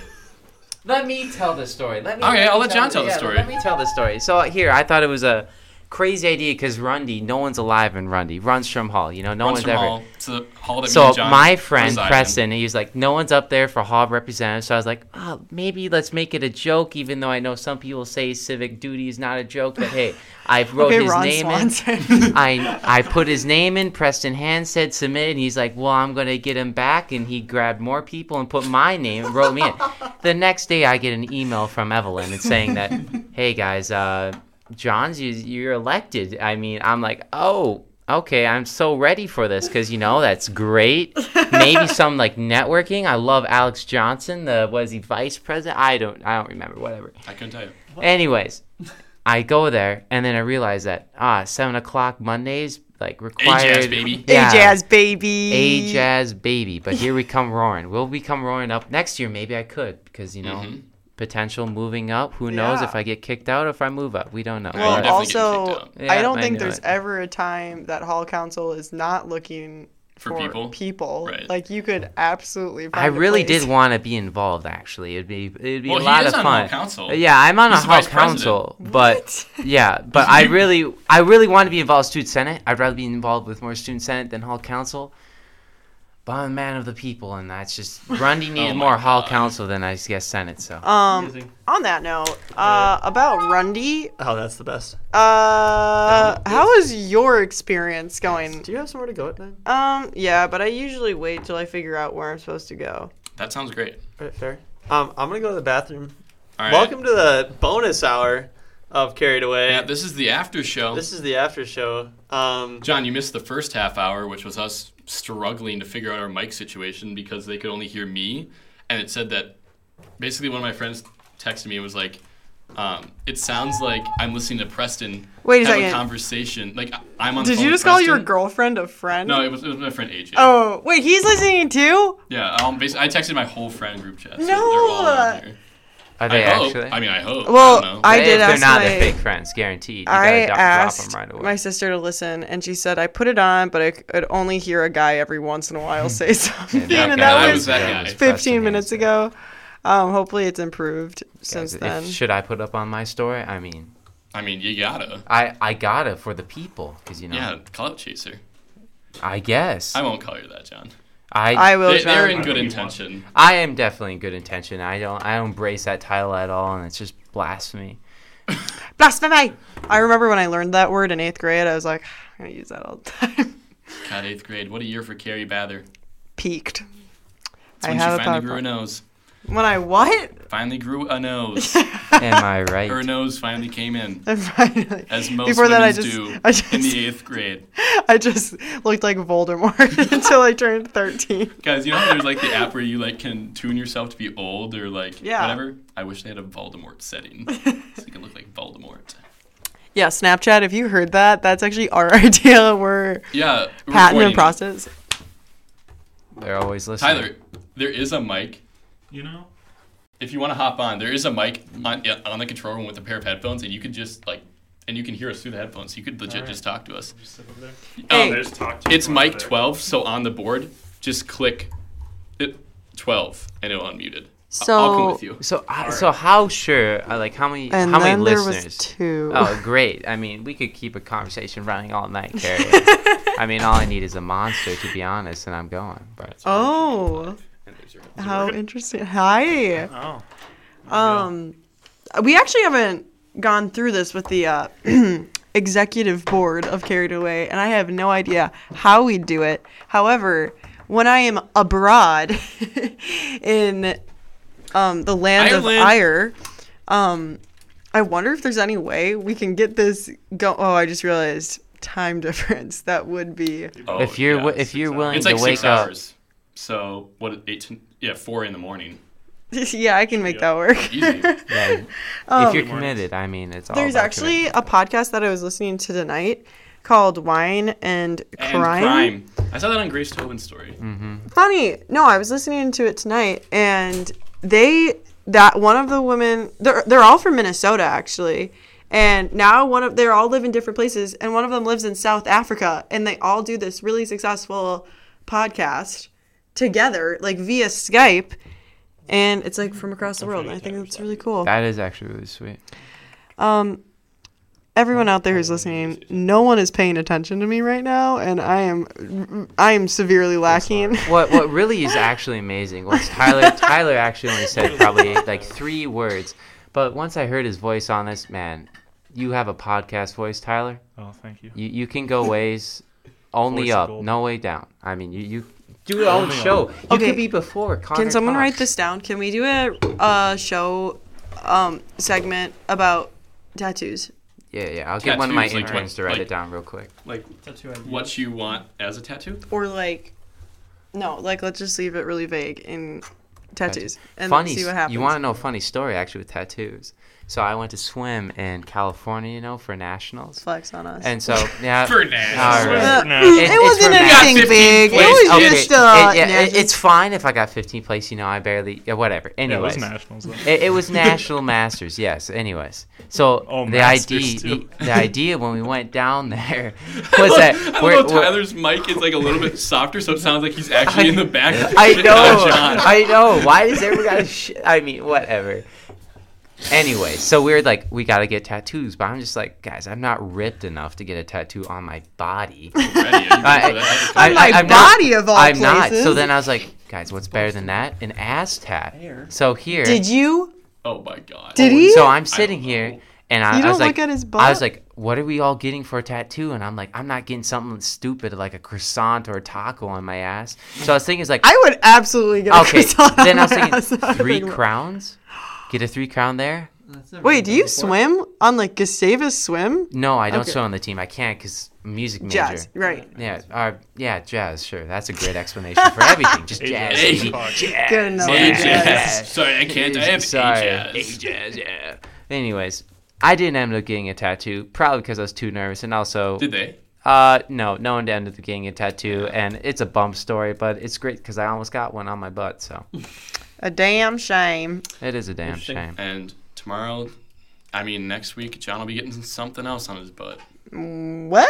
Speaker 4: Let me tell the story. Let me.
Speaker 1: Okay,
Speaker 4: let me
Speaker 1: I'll let John tell the
Speaker 4: yeah,
Speaker 1: story.
Speaker 4: Let me tell the story. So here, I thought it was a crazy idea because Rundy, no one's alive in Rundy. Runstrom Hall, you know, no
Speaker 1: Runs
Speaker 4: one's
Speaker 1: from
Speaker 4: ever.
Speaker 1: Hall. It's the hall that me
Speaker 4: So
Speaker 1: and John
Speaker 4: my friend
Speaker 1: reside in.
Speaker 4: Preston, he was like, no one's up there for hall representative. So I was like, oh, maybe let's make it a joke, even though I know some people say civic duty is not a joke. But hey, I wrote
Speaker 2: okay,
Speaker 4: his
Speaker 2: Ron
Speaker 4: name
Speaker 2: Swanson.
Speaker 4: in. I I put his name in. Preston Hand said submit, and he's like, well, I'm gonna get him back, and he grabbed more people and put my name, and wrote me in. The next day, I get an email from Evelyn and saying that, hey guys, uh, John's you, you're elected. I mean, I'm like, oh. Okay, I'm so ready for this because you know that's great. Maybe some like networking. I love Alex Johnson. The was he vice president? I don't. I don't remember. Whatever.
Speaker 1: I couldn't tell you.
Speaker 4: Anyways, I go there and then I realize that ah, seven o'clock Mondays like required.
Speaker 1: baby.
Speaker 4: Yeah.
Speaker 2: A-Jazz, baby.
Speaker 4: A jazz baby, but here we come roaring. Will we come roaring up next year? Maybe I could because you know
Speaker 1: Mhm.
Speaker 4: potential moving up. Who knows
Speaker 2: Yeah.
Speaker 4: if I get kicked out or if I move up? We don't know.
Speaker 1: Yeah, you're
Speaker 2: Well,
Speaker 1: definitely getting kicked
Speaker 2: also,
Speaker 1: out.
Speaker 4: Yeah,
Speaker 2: I don't
Speaker 4: I
Speaker 2: think
Speaker 4: knew
Speaker 2: there's
Speaker 4: it.
Speaker 2: ever a time that Hall Council is not looking
Speaker 1: For people?
Speaker 2: people.
Speaker 1: Right.
Speaker 2: Like you could absolutely. Find
Speaker 4: I really
Speaker 2: a place.
Speaker 4: did want to be involved. Actually, it'd be it'd be
Speaker 1: Well,
Speaker 4: a
Speaker 1: he
Speaker 4: lot
Speaker 1: is
Speaker 4: of
Speaker 1: on
Speaker 4: fun.
Speaker 1: Hall Council.
Speaker 4: Yeah, I'm on
Speaker 1: He's
Speaker 4: a
Speaker 1: the
Speaker 4: Hall
Speaker 1: vice president.
Speaker 4: Council, but yeah, but I really I really want to be involved in student senate. I'd rather be involved with more student senate than Hall Council. But I'm a man of the people, and that's just Grundy needed
Speaker 1: Oh my
Speaker 4: more Hall
Speaker 1: God.
Speaker 4: Council than I guess Senate. So
Speaker 2: Um,
Speaker 3: Amazing.
Speaker 2: on that note, uh, about Rundy,
Speaker 3: Oh, that's the best.
Speaker 2: uh, how is your experience going?
Speaker 3: Do you have somewhere to go at nine?
Speaker 2: Um, yeah, but I usually wait till I figure out where I'm supposed to go.
Speaker 1: That sounds great.
Speaker 3: All right, fair. Um, I'm gonna go to the bathroom.
Speaker 1: All right.
Speaker 3: Welcome to the bonus hour of Carried Away.
Speaker 1: Yeah, this is the after show.
Speaker 3: this is the after show. Um,
Speaker 1: John, you missed the first half hour, which was us struggling to figure out our mic situation because they could only hear me. And it said that basically one of my friends texted me and was like, Um, it sounds like I'm listening to Preston
Speaker 2: Wait a
Speaker 1: have a
Speaker 2: second.
Speaker 1: conversation. Like I- I'm on. the
Speaker 2: Did
Speaker 1: phone
Speaker 2: you
Speaker 1: with
Speaker 2: just call your
Speaker 1: Preston.
Speaker 2: girlfriend a friend?
Speaker 1: No, it was, it was my friend AJ.
Speaker 2: Oh, wait, he's listening too?
Speaker 1: Yeah, um, basically, I texted my whole friend group chat. So
Speaker 2: No.
Speaker 1: they're all on there.
Speaker 4: Are they
Speaker 1: I hope.
Speaker 4: actually?
Speaker 1: I mean, I hope.
Speaker 2: Well,
Speaker 1: I don't know.
Speaker 2: I
Speaker 4: If
Speaker 2: did
Speaker 4: They're
Speaker 2: ask
Speaker 4: not
Speaker 2: my-
Speaker 4: their fake friends, guaranteed. You
Speaker 2: I
Speaker 4: gotta drop,
Speaker 2: asked
Speaker 4: drop 'em right away.
Speaker 2: my sister to listen, and she said I put it on, but I could only hear a guy every once in a while say something,
Speaker 1: Yeah,
Speaker 2: and
Speaker 1: okay,
Speaker 2: that
Speaker 1: I
Speaker 2: was
Speaker 1: was Hmm. that guy.
Speaker 4: Preston
Speaker 2: 15 minutes
Speaker 4: Hansen.
Speaker 2: ago. Um, hopefully, it's improved
Speaker 4: Guys,
Speaker 2: since
Speaker 4: if-
Speaker 2: then.
Speaker 4: should I put up on my story? I mean,
Speaker 1: I mean, you gotta.
Speaker 4: I I gotta for the people, because you know.
Speaker 1: Yeah, clout chaser.
Speaker 4: I guess.
Speaker 1: I won't call you that, John.
Speaker 4: I
Speaker 2: I
Speaker 4: I,
Speaker 2: will.
Speaker 1: They, they're
Speaker 2: John.
Speaker 1: in good intention.
Speaker 4: am definitely in good intention. I don't I don't embrace that title at all, and it's just blasphemy.
Speaker 2: Blasphemy! I remember when I learned that word in eighth grade. I was like, I'm gonna use that all the time.
Speaker 1: God, eighth grade. What a year for Carrie Bather.
Speaker 2: Peaked.
Speaker 1: It's
Speaker 2: I
Speaker 1: when
Speaker 2: have
Speaker 1: she
Speaker 2: a
Speaker 1: finally grew a
Speaker 2: PowerPoint.
Speaker 1: nose.
Speaker 2: When I what?
Speaker 1: Finally grew a nose.
Speaker 4: Am I right?
Speaker 1: Her nose finally came in.
Speaker 2: And finally,
Speaker 1: As most
Speaker 2: before that, I
Speaker 1: women's
Speaker 2: just,
Speaker 1: do
Speaker 2: I just,
Speaker 1: in the eighth grade.
Speaker 2: I just looked like Voldemort until I turned 13.
Speaker 1: Guys, you know how there's like the app where you like can tune yourself to be old or like
Speaker 2: Yeah.
Speaker 1: whatever? I wish they had a Voldemort setting. so you can look like Voldemort.
Speaker 2: Yeah, Snapchat. If you heard that, that's actually our idea. We're
Speaker 1: Yeah. we're
Speaker 2: patent
Speaker 1: recording
Speaker 2: in
Speaker 1: it.
Speaker 2: process.
Speaker 4: They're always listening.
Speaker 1: Tyler, there is a mic. You know? If you want to hop on, there is a mic on, yeah, on the control room with a pair of headphones, and you could just like, and you can hear us through the headphones. You could legit just talk to us.
Speaker 5: Just sit over there.
Speaker 2: Hey.
Speaker 1: Um,
Speaker 5: Oh, There's talk to
Speaker 1: it's
Speaker 5: you over
Speaker 1: mic
Speaker 5: there.
Speaker 1: 12, so on the board, just click it, 12, and it'll unmuted.
Speaker 2: So-
Speaker 1: I'll come with you.
Speaker 4: So I so how sure? uh, Like how many
Speaker 2: And
Speaker 4: how
Speaker 2: then
Speaker 4: many
Speaker 2: there
Speaker 4: listeners?
Speaker 2: was two.
Speaker 4: Oh, great. I mean, we could keep a conversation running all night, Carrie. I mean, all I need is a monster, to be honest, and I'm going. But
Speaker 2: Oh,
Speaker 1: And there's your-
Speaker 2: how interesting. Hi.
Speaker 5: Oh.
Speaker 2: Um, we actually haven't gone through this with the uh, executive board of Carried Away, and I have no idea how we do it. However, when I am abroad in um, the land
Speaker 1: Ireland.
Speaker 2: of ire, um, I wonder if there's any way we can get this go. Oh, I just realized time difference. That would be
Speaker 1: Oh,
Speaker 4: if you're
Speaker 1: yeah,
Speaker 4: wi- if you're
Speaker 5: hours.
Speaker 4: willing
Speaker 1: it's like
Speaker 4: to wake
Speaker 1: six
Speaker 4: up,
Speaker 1: hours. So what? Eight? To, yeah, four in the morning.
Speaker 2: yeah. I can make that work.
Speaker 1: Easy.
Speaker 4: yeah, if you're
Speaker 5: Mornings.
Speaker 4: committed, I mean, it's all.
Speaker 2: Oh, There's
Speaker 4: about
Speaker 2: actually
Speaker 4: commitment.
Speaker 2: a podcast that I was listening to tonight called Wine and
Speaker 1: and
Speaker 2: Crime.
Speaker 1: crime. I saw that on Grace Tobin's story.
Speaker 4: Mm.
Speaker 2: Funny. No, I was listening to it tonight and they that one of the women they're they're all from Minnesota actually. And now one of they're all live in different places and one of them lives in South Africa and they all do this really successful podcast together like via Skype and it's like from across the world and I think that's really cool.
Speaker 4: That is actually really sweet.
Speaker 2: Um, everyone out there who's listening, no one is paying attention to me right now, and I am, I am severely lacking.
Speaker 4: What what really is actually amazing was Tyler. Tyler actually only said probably like three words, but once I heard his voice on this, man, you have a podcast voice, Tyler.
Speaker 5: Oh, thank you.
Speaker 4: You you can go ways only
Speaker 5: Voice of
Speaker 4: up,
Speaker 5: gold.
Speaker 4: no way down. I mean, you you do your own show. You
Speaker 2: Okay.
Speaker 4: could be before. Connor
Speaker 2: Can someone
Speaker 4: Cox.
Speaker 2: write this down? Can we do a, a show, um, segment about tattoos?
Speaker 4: Yeah, yeah. I'll get one of my
Speaker 1: Tattoos, like,
Speaker 4: interns
Speaker 1: what-
Speaker 4: to write
Speaker 1: like-
Speaker 4: it down real quick.
Speaker 1: Like
Speaker 5: Tattoo idea.
Speaker 1: what you want as a tattoo.
Speaker 2: Or like, no, like let's just leave it really vague in tattoos and
Speaker 4: funny.
Speaker 2: see what
Speaker 4: s-
Speaker 2: happens.
Speaker 4: You want to know a funny story actually with tattoos? So I went to swim in California, you know, for nationals.
Speaker 2: flex on us?
Speaker 4: And so yeah,
Speaker 1: For
Speaker 4: Uh, all
Speaker 1: nationals.
Speaker 4: right.
Speaker 2: Uh,
Speaker 5: No.
Speaker 2: mm,
Speaker 4: It-
Speaker 2: it,
Speaker 4: it's
Speaker 2: wasn't
Speaker 4: for now.
Speaker 1: You
Speaker 2: anything
Speaker 1: got
Speaker 2: big.
Speaker 1: 15
Speaker 2: It was
Speaker 1: places.
Speaker 2: just uh,
Speaker 4: It- yeah, it-
Speaker 2: nasty.
Speaker 4: it's fine if I got 15th place. You know, I barely, yeah, whatever.
Speaker 5: Yeah, it
Speaker 4: Anyways,
Speaker 5: was nationals. Though.
Speaker 4: it, it was national masters. Yes. Anyways, so
Speaker 5: Oh,
Speaker 4: the
Speaker 5: masters
Speaker 4: idea, the,
Speaker 5: too.
Speaker 4: the idea when we went down there was that
Speaker 1: I
Speaker 4: we're-
Speaker 1: love
Speaker 4: we're-
Speaker 1: Tyler's mic is like a little bit softer, so it sounds like he's actually in the back.
Speaker 4: I
Speaker 1: shitting
Speaker 4: know,
Speaker 1: on John.
Speaker 4: I know. Why does everyone gotta? Sh- I mean, whatever. Anyway, so we were like, we gotta get tattoos, but I'm just like, guys, I'm not ripped enough to get a tattoo on my body.
Speaker 1: Ready, are you
Speaker 4: I-
Speaker 1: ready for that?
Speaker 4: I-
Speaker 2: Oh my
Speaker 4: I'm not-
Speaker 2: body of all
Speaker 4: I'm not.
Speaker 2: places.
Speaker 4: So then I was like, guys, what's better than that? An ass tat. So here.
Speaker 2: Did you?
Speaker 1: oh my god.
Speaker 2: Did he?
Speaker 4: So I'm sitting here, and I,
Speaker 2: You
Speaker 4: I was
Speaker 2: don't
Speaker 4: like,
Speaker 2: look at his
Speaker 4: I was
Speaker 2: butt?
Speaker 4: like, what are we all getting for a tattoo? And I'm like, I'm not getting something stupid like a croissant or a taco on my ass. So I was thinking, it's like,
Speaker 2: I would absolutely get a
Speaker 4: okay.
Speaker 2: croissant on
Speaker 4: Then I was
Speaker 2: my
Speaker 4: thinking,
Speaker 2: ass. I
Speaker 4: three
Speaker 2: think-
Speaker 4: crowns. Get a three crown there.
Speaker 2: Wait, do you swim on like Gustavus swim?
Speaker 4: No, I don't
Speaker 2: Okay.
Speaker 4: swim on the team. I can't because music major.
Speaker 2: Jazz, right.
Speaker 4: Yeah, uh, yeah, jazz. Sure, that's a great explanation for everything. Just
Speaker 5: Hey,
Speaker 4: jazz.
Speaker 1: Hey,
Speaker 5: Jack.
Speaker 2: Good enough.
Speaker 1: Hey,
Speaker 4: Yeah.
Speaker 1: Jazz. Oh, Sorry, I can't. I have
Speaker 4: Sorry.
Speaker 1: A jazz.
Speaker 4: Hey, jazz, yeah. Anyways, I didn't end up getting a tattoo, probably because I was too nervous, and also
Speaker 1: Did they?
Speaker 4: uh, no, no one ended up getting a tattoo, and it's a bump story, but it's great because I almost got one on my butt, so
Speaker 2: A damn shame.
Speaker 4: it is a damn
Speaker 3: Interesting.
Speaker 4: shame.
Speaker 1: And tomorrow, I mean next week, John will be getting something else on his butt.
Speaker 2: What?
Speaker 4: What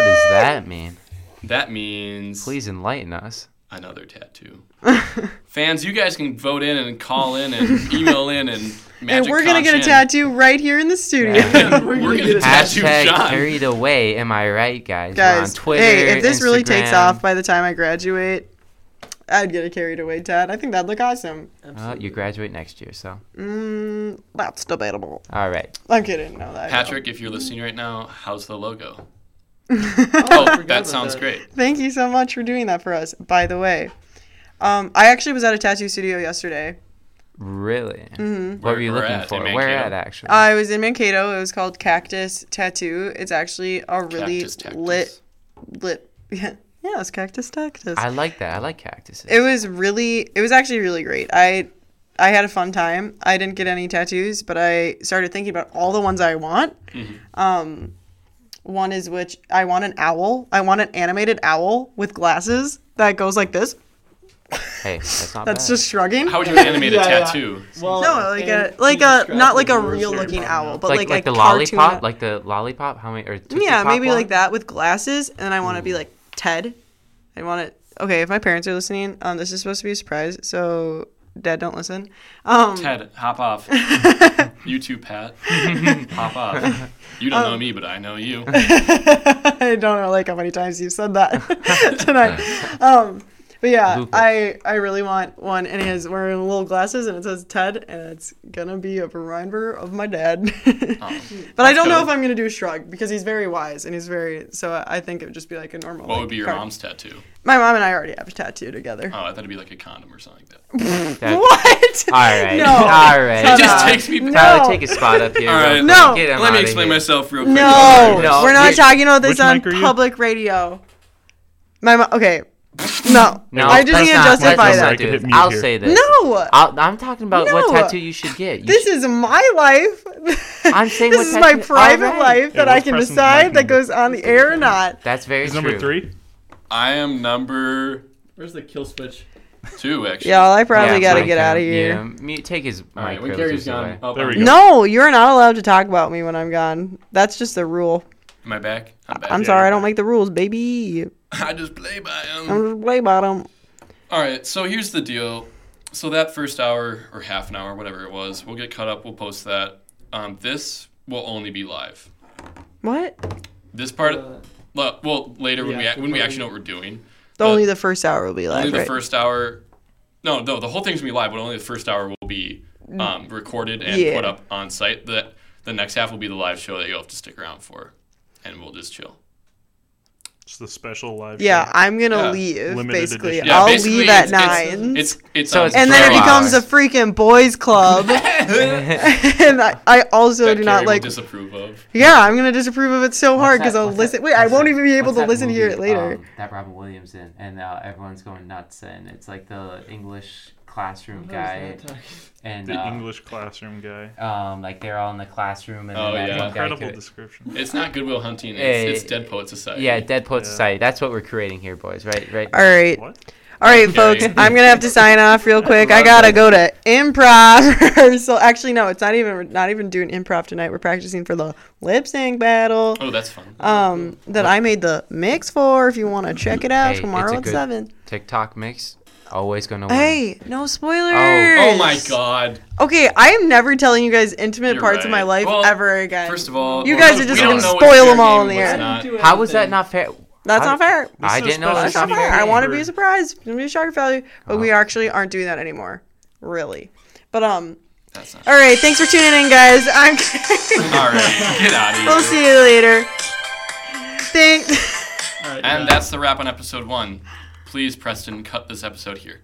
Speaker 4: does that mean?
Speaker 1: That means
Speaker 4: Please enlighten us.
Speaker 1: another tattoo. Fans, you guys can vote in and call in and email in and magic
Speaker 2: and we're gonna
Speaker 1: conch
Speaker 2: get a
Speaker 1: in.
Speaker 2: tattoo right here in the studio.
Speaker 4: Yeah.
Speaker 1: we're gonna
Speaker 3: get a
Speaker 1: tattoo
Speaker 4: Hashtag
Speaker 1: John.
Speaker 4: carried away, am I right, guys? We're
Speaker 2: Guys,
Speaker 4: on Twitter,
Speaker 2: hey, if this really takes
Speaker 4: Instagram.
Speaker 2: off by the time I graduate, I'd get a carried away tat. I think that'd look awesome.
Speaker 4: Well, Oh, you graduate next year, so
Speaker 2: Mm, that's debatable.
Speaker 4: all right.
Speaker 2: I'm kidding. No, that
Speaker 1: Patrick, if you're listening right now, how's the logo?
Speaker 3: I
Speaker 1: Oh,
Speaker 3: forgot
Speaker 1: that
Speaker 3: about
Speaker 1: sounds
Speaker 3: that.
Speaker 1: great.
Speaker 2: Thank you so much for doing that for us. By the way, um, I actually was at a tattoo studio yesterday.
Speaker 4: Really?
Speaker 2: Mm-hmm.
Speaker 4: What
Speaker 1: Where-
Speaker 4: were you
Speaker 1: where
Speaker 4: looking
Speaker 1: at, in
Speaker 4: for? Where
Speaker 1: Mankato?
Speaker 4: at, actually?
Speaker 2: I was in Mankato. It was called Cactus Tattoo. It's actually a really
Speaker 1: Cactus, cactus.
Speaker 2: lit, lit. Yeah, yeah, it's Cactus Cactus.
Speaker 4: I like that. I like cactuses.
Speaker 2: it was really it was actually really great i i had a fun time i didn't get any tattoos but i started thinking about all the ones i want um one is which i want an owl i want an animated owl with glasses that goes like this
Speaker 4: hey, that's not
Speaker 2: that's
Speaker 4: bad.
Speaker 2: just shrugging
Speaker 1: How would you animate a
Speaker 3: Yeah, yeah.
Speaker 1: tattoo?
Speaker 3: Well,
Speaker 2: no like a
Speaker 3: and
Speaker 2: like
Speaker 3: he
Speaker 2: a
Speaker 3: described
Speaker 2: not like
Speaker 3: it
Speaker 2: a
Speaker 3: was
Speaker 2: real
Speaker 3: very
Speaker 2: looking
Speaker 3: bad.
Speaker 2: owl but
Speaker 4: like,
Speaker 2: like,
Speaker 4: like
Speaker 2: a
Speaker 4: the lollipop,
Speaker 2: cartoon-
Speaker 4: like the lollipop. How many? Or Tootsie
Speaker 2: yeah
Speaker 4: Pop
Speaker 2: maybe
Speaker 4: one?
Speaker 2: like that with glasses and then i want to be
Speaker 1: Hmm.
Speaker 2: like ted i want it okay if my parents are listening um this is supposed to be a surprise so dad don't listen um
Speaker 1: Ted, hop off. you too, Pat. hop off. You don't know me, but I know you.
Speaker 2: I don't know like how many times you've said that tonight. Um, but yeah,
Speaker 4: Loophole.
Speaker 2: I I really want one, and he has wearing little glasses, and it says Ted, and it's gonna be a reminder of my dad.
Speaker 1: Oh,
Speaker 2: but I don't know
Speaker 1: cool.
Speaker 2: if I'm gonna do a shrug because he's very wise and he's very so. I- I think it would just be like a normal.
Speaker 1: What
Speaker 2: like,
Speaker 1: would be your
Speaker 2: card.
Speaker 1: mom's tattoo?
Speaker 2: My mom and I already have a tattoo together.
Speaker 1: Oh, I thought it'd be like a condom or something like that.
Speaker 4: That-
Speaker 2: What?
Speaker 4: All right.
Speaker 2: No.
Speaker 4: All right.
Speaker 2: Shut
Speaker 1: It just
Speaker 2: up.
Speaker 1: takes me back.
Speaker 4: Tyler,
Speaker 2: No.
Speaker 4: take a spot up here.
Speaker 1: All
Speaker 4: real
Speaker 1: right,
Speaker 4: quick.
Speaker 2: No.
Speaker 4: Get him
Speaker 1: Let me
Speaker 4: outta
Speaker 1: explain
Speaker 4: here.
Speaker 1: myself real quick.
Speaker 2: No,
Speaker 4: No,
Speaker 2: we're not
Speaker 4: wait.
Speaker 2: talking about this
Speaker 5: Which
Speaker 2: on
Speaker 5: mic are you?
Speaker 2: public radio. My mom. Okay. No.
Speaker 4: No,
Speaker 2: I just
Speaker 4: let's
Speaker 2: can't
Speaker 4: not- let's
Speaker 2: justify
Speaker 4: not
Speaker 5: I
Speaker 2: that.
Speaker 5: could
Speaker 4: do
Speaker 5: hit
Speaker 4: this.
Speaker 5: mute
Speaker 4: I'll
Speaker 5: here.
Speaker 4: say this.
Speaker 2: No.
Speaker 4: I'll, I'm talking about
Speaker 2: No.
Speaker 4: what tattoo you should get. You
Speaker 2: This
Speaker 4: should-
Speaker 2: is my life.
Speaker 4: I'm saying
Speaker 2: this
Speaker 4: what's
Speaker 2: is my
Speaker 4: happening-
Speaker 2: private
Speaker 4: Alright.
Speaker 2: life
Speaker 5: Yeah,
Speaker 2: that I
Speaker 5: what's
Speaker 2: can
Speaker 5: Preston's mic
Speaker 2: decide that
Speaker 5: number?
Speaker 2: goes on the air or not.
Speaker 4: that's very
Speaker 5: Is
Speaker 4: true.
Speaker 5: number three?
Speaker 1: I am number
Speaker 3: Where's the kill switch?
Speaker 1: two, actually.
Speaker 2: Y'all, I probably
Speaker 4: Yeah,
Speaker 2: gotta
Speaker 4: Mike,
Speaker 2: get
Speaker 4: uh,
Speaker 2: out of here.
Speaker 4: yeah, mute- take his
Speaker 1: All right,
Speaker 4: mic
Speaker 1: when Gary's
Speaker 4: privileges
Speaker 1: gone,
Speaker 4: away.
Speaker 1: oh,
Speaker 3: There we
Speaker 1: I'm-
Speaker 3: go.
Speaker 2: No, you're not allowed to talk about me when I'm gone. That's just a rule.
Speaker 1: Am I back? I'm back.
Speaker 2: I'm
Speaker 1: i
Speaker 2: sorry, I don't make the rules, baby.
Speaker 1: just play by him.
Speaker 2: I'm just play bottom.
Speaker 1: All right, so here's the deal. So that first hour or half an hour, whatever it was, we'll get cut up. We'll post that. Um, this will only be live.
Speaker 2: What?
Speaker 1: This part,
Speaker 3: Uh,
Speaker 1: well, well later when we
Speaker 3: yeah,
Speaker 1: ac- when we actually know what we're doing.
Speaker 2: The only the first hour will be live,
Speaker 1: only the
Speaker 2: right?
Speaker 1: first hour. No, no, the whole thing's gonna be live, but only the first hour will be um, recorded and
Speaker 2: Mm. Yeah.
Speaker 1: put up on site. The the next half will be the live show that you'll have to stick around for, and we'll just chill.
Speaker 5: It's the special live.
Speaker 2: yeah, I'm gonna
Speaker 1: Yeah.
Speaker 2: leave
Speaker 5: Limited
Speaker 2: basically.
Speaker 5: edition.
Speaker 1: Yeah,
Speaker 2: I'll
Speaker 1: basically,
Speaker 2: leave at
Speaker 1: it's- it's-
Speaker 2: nine.
Speaker 1: It's it's
Speaker 4: So
Speaker 1: um,
Speaker 4: it's
Speaker 2: and then it
Speaker 4: Wow.
Speaker 2: becomes a freaking boys club. and I, I also
Speaker 1: that
Speaker 2: do not
Speaker 1: Carrie will
Speaker 2: like
Speaker 1: disapprove of.
Speaker 2: Yeah, I'm gonna disapprove of it so hard because I'll listen. Wait, I won't even be able
Speaker 4: what's
Speaker 2: to
Speaker 4: that
Speaker 2: listen to hear
Speaker 4: movie,
Speaker 2: it later.
Speaker 4: um, that Robin Williams in, and uh, everyone's going nuts, and it's like the English classroom guy, and
Speaker 5: The
Speaker 4: uh,
Speaker 5: English classroom guy.
Speaker 4: um, like they're all in the classroom, and
Speaker 1: Oh,
Speaker 4: then that
Speaker 1: yeah.
Speaker 4: one guy
Speaker 5: Incredible
Speaker 4: could-
Speaker 5: description.
Speaker 1: It's not Goodwill Hunting. It's,
Speaker 4: Eh,
Speaker 1: it's Dead Poet Society.
Speaker 4: yeah, Dead Poet
Speaker 5: Yeah.
Speaker 4: Society. That's what we're creating here, boys. Right, right.
Speaker 2: All right, all
Speaker 5: What?
Speaker 2: right,
Speaker 1: Okay.
Speaker 2: folks. I'm gonna have to sign off real quick. I gotta go to improv rehearsal. Actually, no, it's not even. We're not even doing improv tonight. We're practicing for the lip sync battle.
Speaker 1: Oh, that's fun.
Speaker 2: Um, that I made the mix for. If you want to check it
Speaker 4: Hey,
Speaker 2: out
Speaker 4: it's
Speaker 2: tomorrow
Speaker 4: a
Speaker 2: at
Speaker 4: good-
Speaker 2: seven.
Speaker 4: TikTok mix, always gonna win.
Speaker 2: Hey, no spoilers.
Speaker 1: oh my God.
Speaker 2: Okay, I am never telling you guys intimate
Speaker 1: You're
Speaker 2: parts of my
Speaker 1: right.
Speaker 2: life
Speaker 1: Well,
Speaker 2: ever again.
Speaker 1: First of all,
Speaker 2: You guys
Speaker 1: we
Speaker 2: are just
Speaker 1: don't
Speaker 2: gonna
Speaker 1: know what's
Speaker 2: spoil
Speaker 1: fair
Speaker 2: them all in
Speaker 1: game,
Speaker 2: the
Speaker 1: what's
Speaker 2: air.
Speaker 1: not.
Speaker 4: How was that not fair?
Speaker 2: That's
Speaker 4: How-
Speaker 2: not fair.
Speaker 4: I
Speaker 5: is
Speaker 4: didn't know
Speaker 5: special
Speaker 4: that.
Speaker 2: That's not
Speaker 5: Should be
Speaker 2: fair.
Speaker 5: great.
Speaker 2: I want to be
Speaker 5: Bird.
Speaker 2: surprised. It's gonna be a shock value, but
Speaker 1: Oh.
Speaker 2: we actually aren't doing that anymore, really. But um,
Speaker 1: That's not
Speaker 2: all right. Thanks for tuning in, guys. I'm.
Speaker 1: All right, get out of here.
Speaker 2: we'll see you later. Thanks.
Speaker 1: And that's the wrap on episode one. Please, Preston, cut this episode here.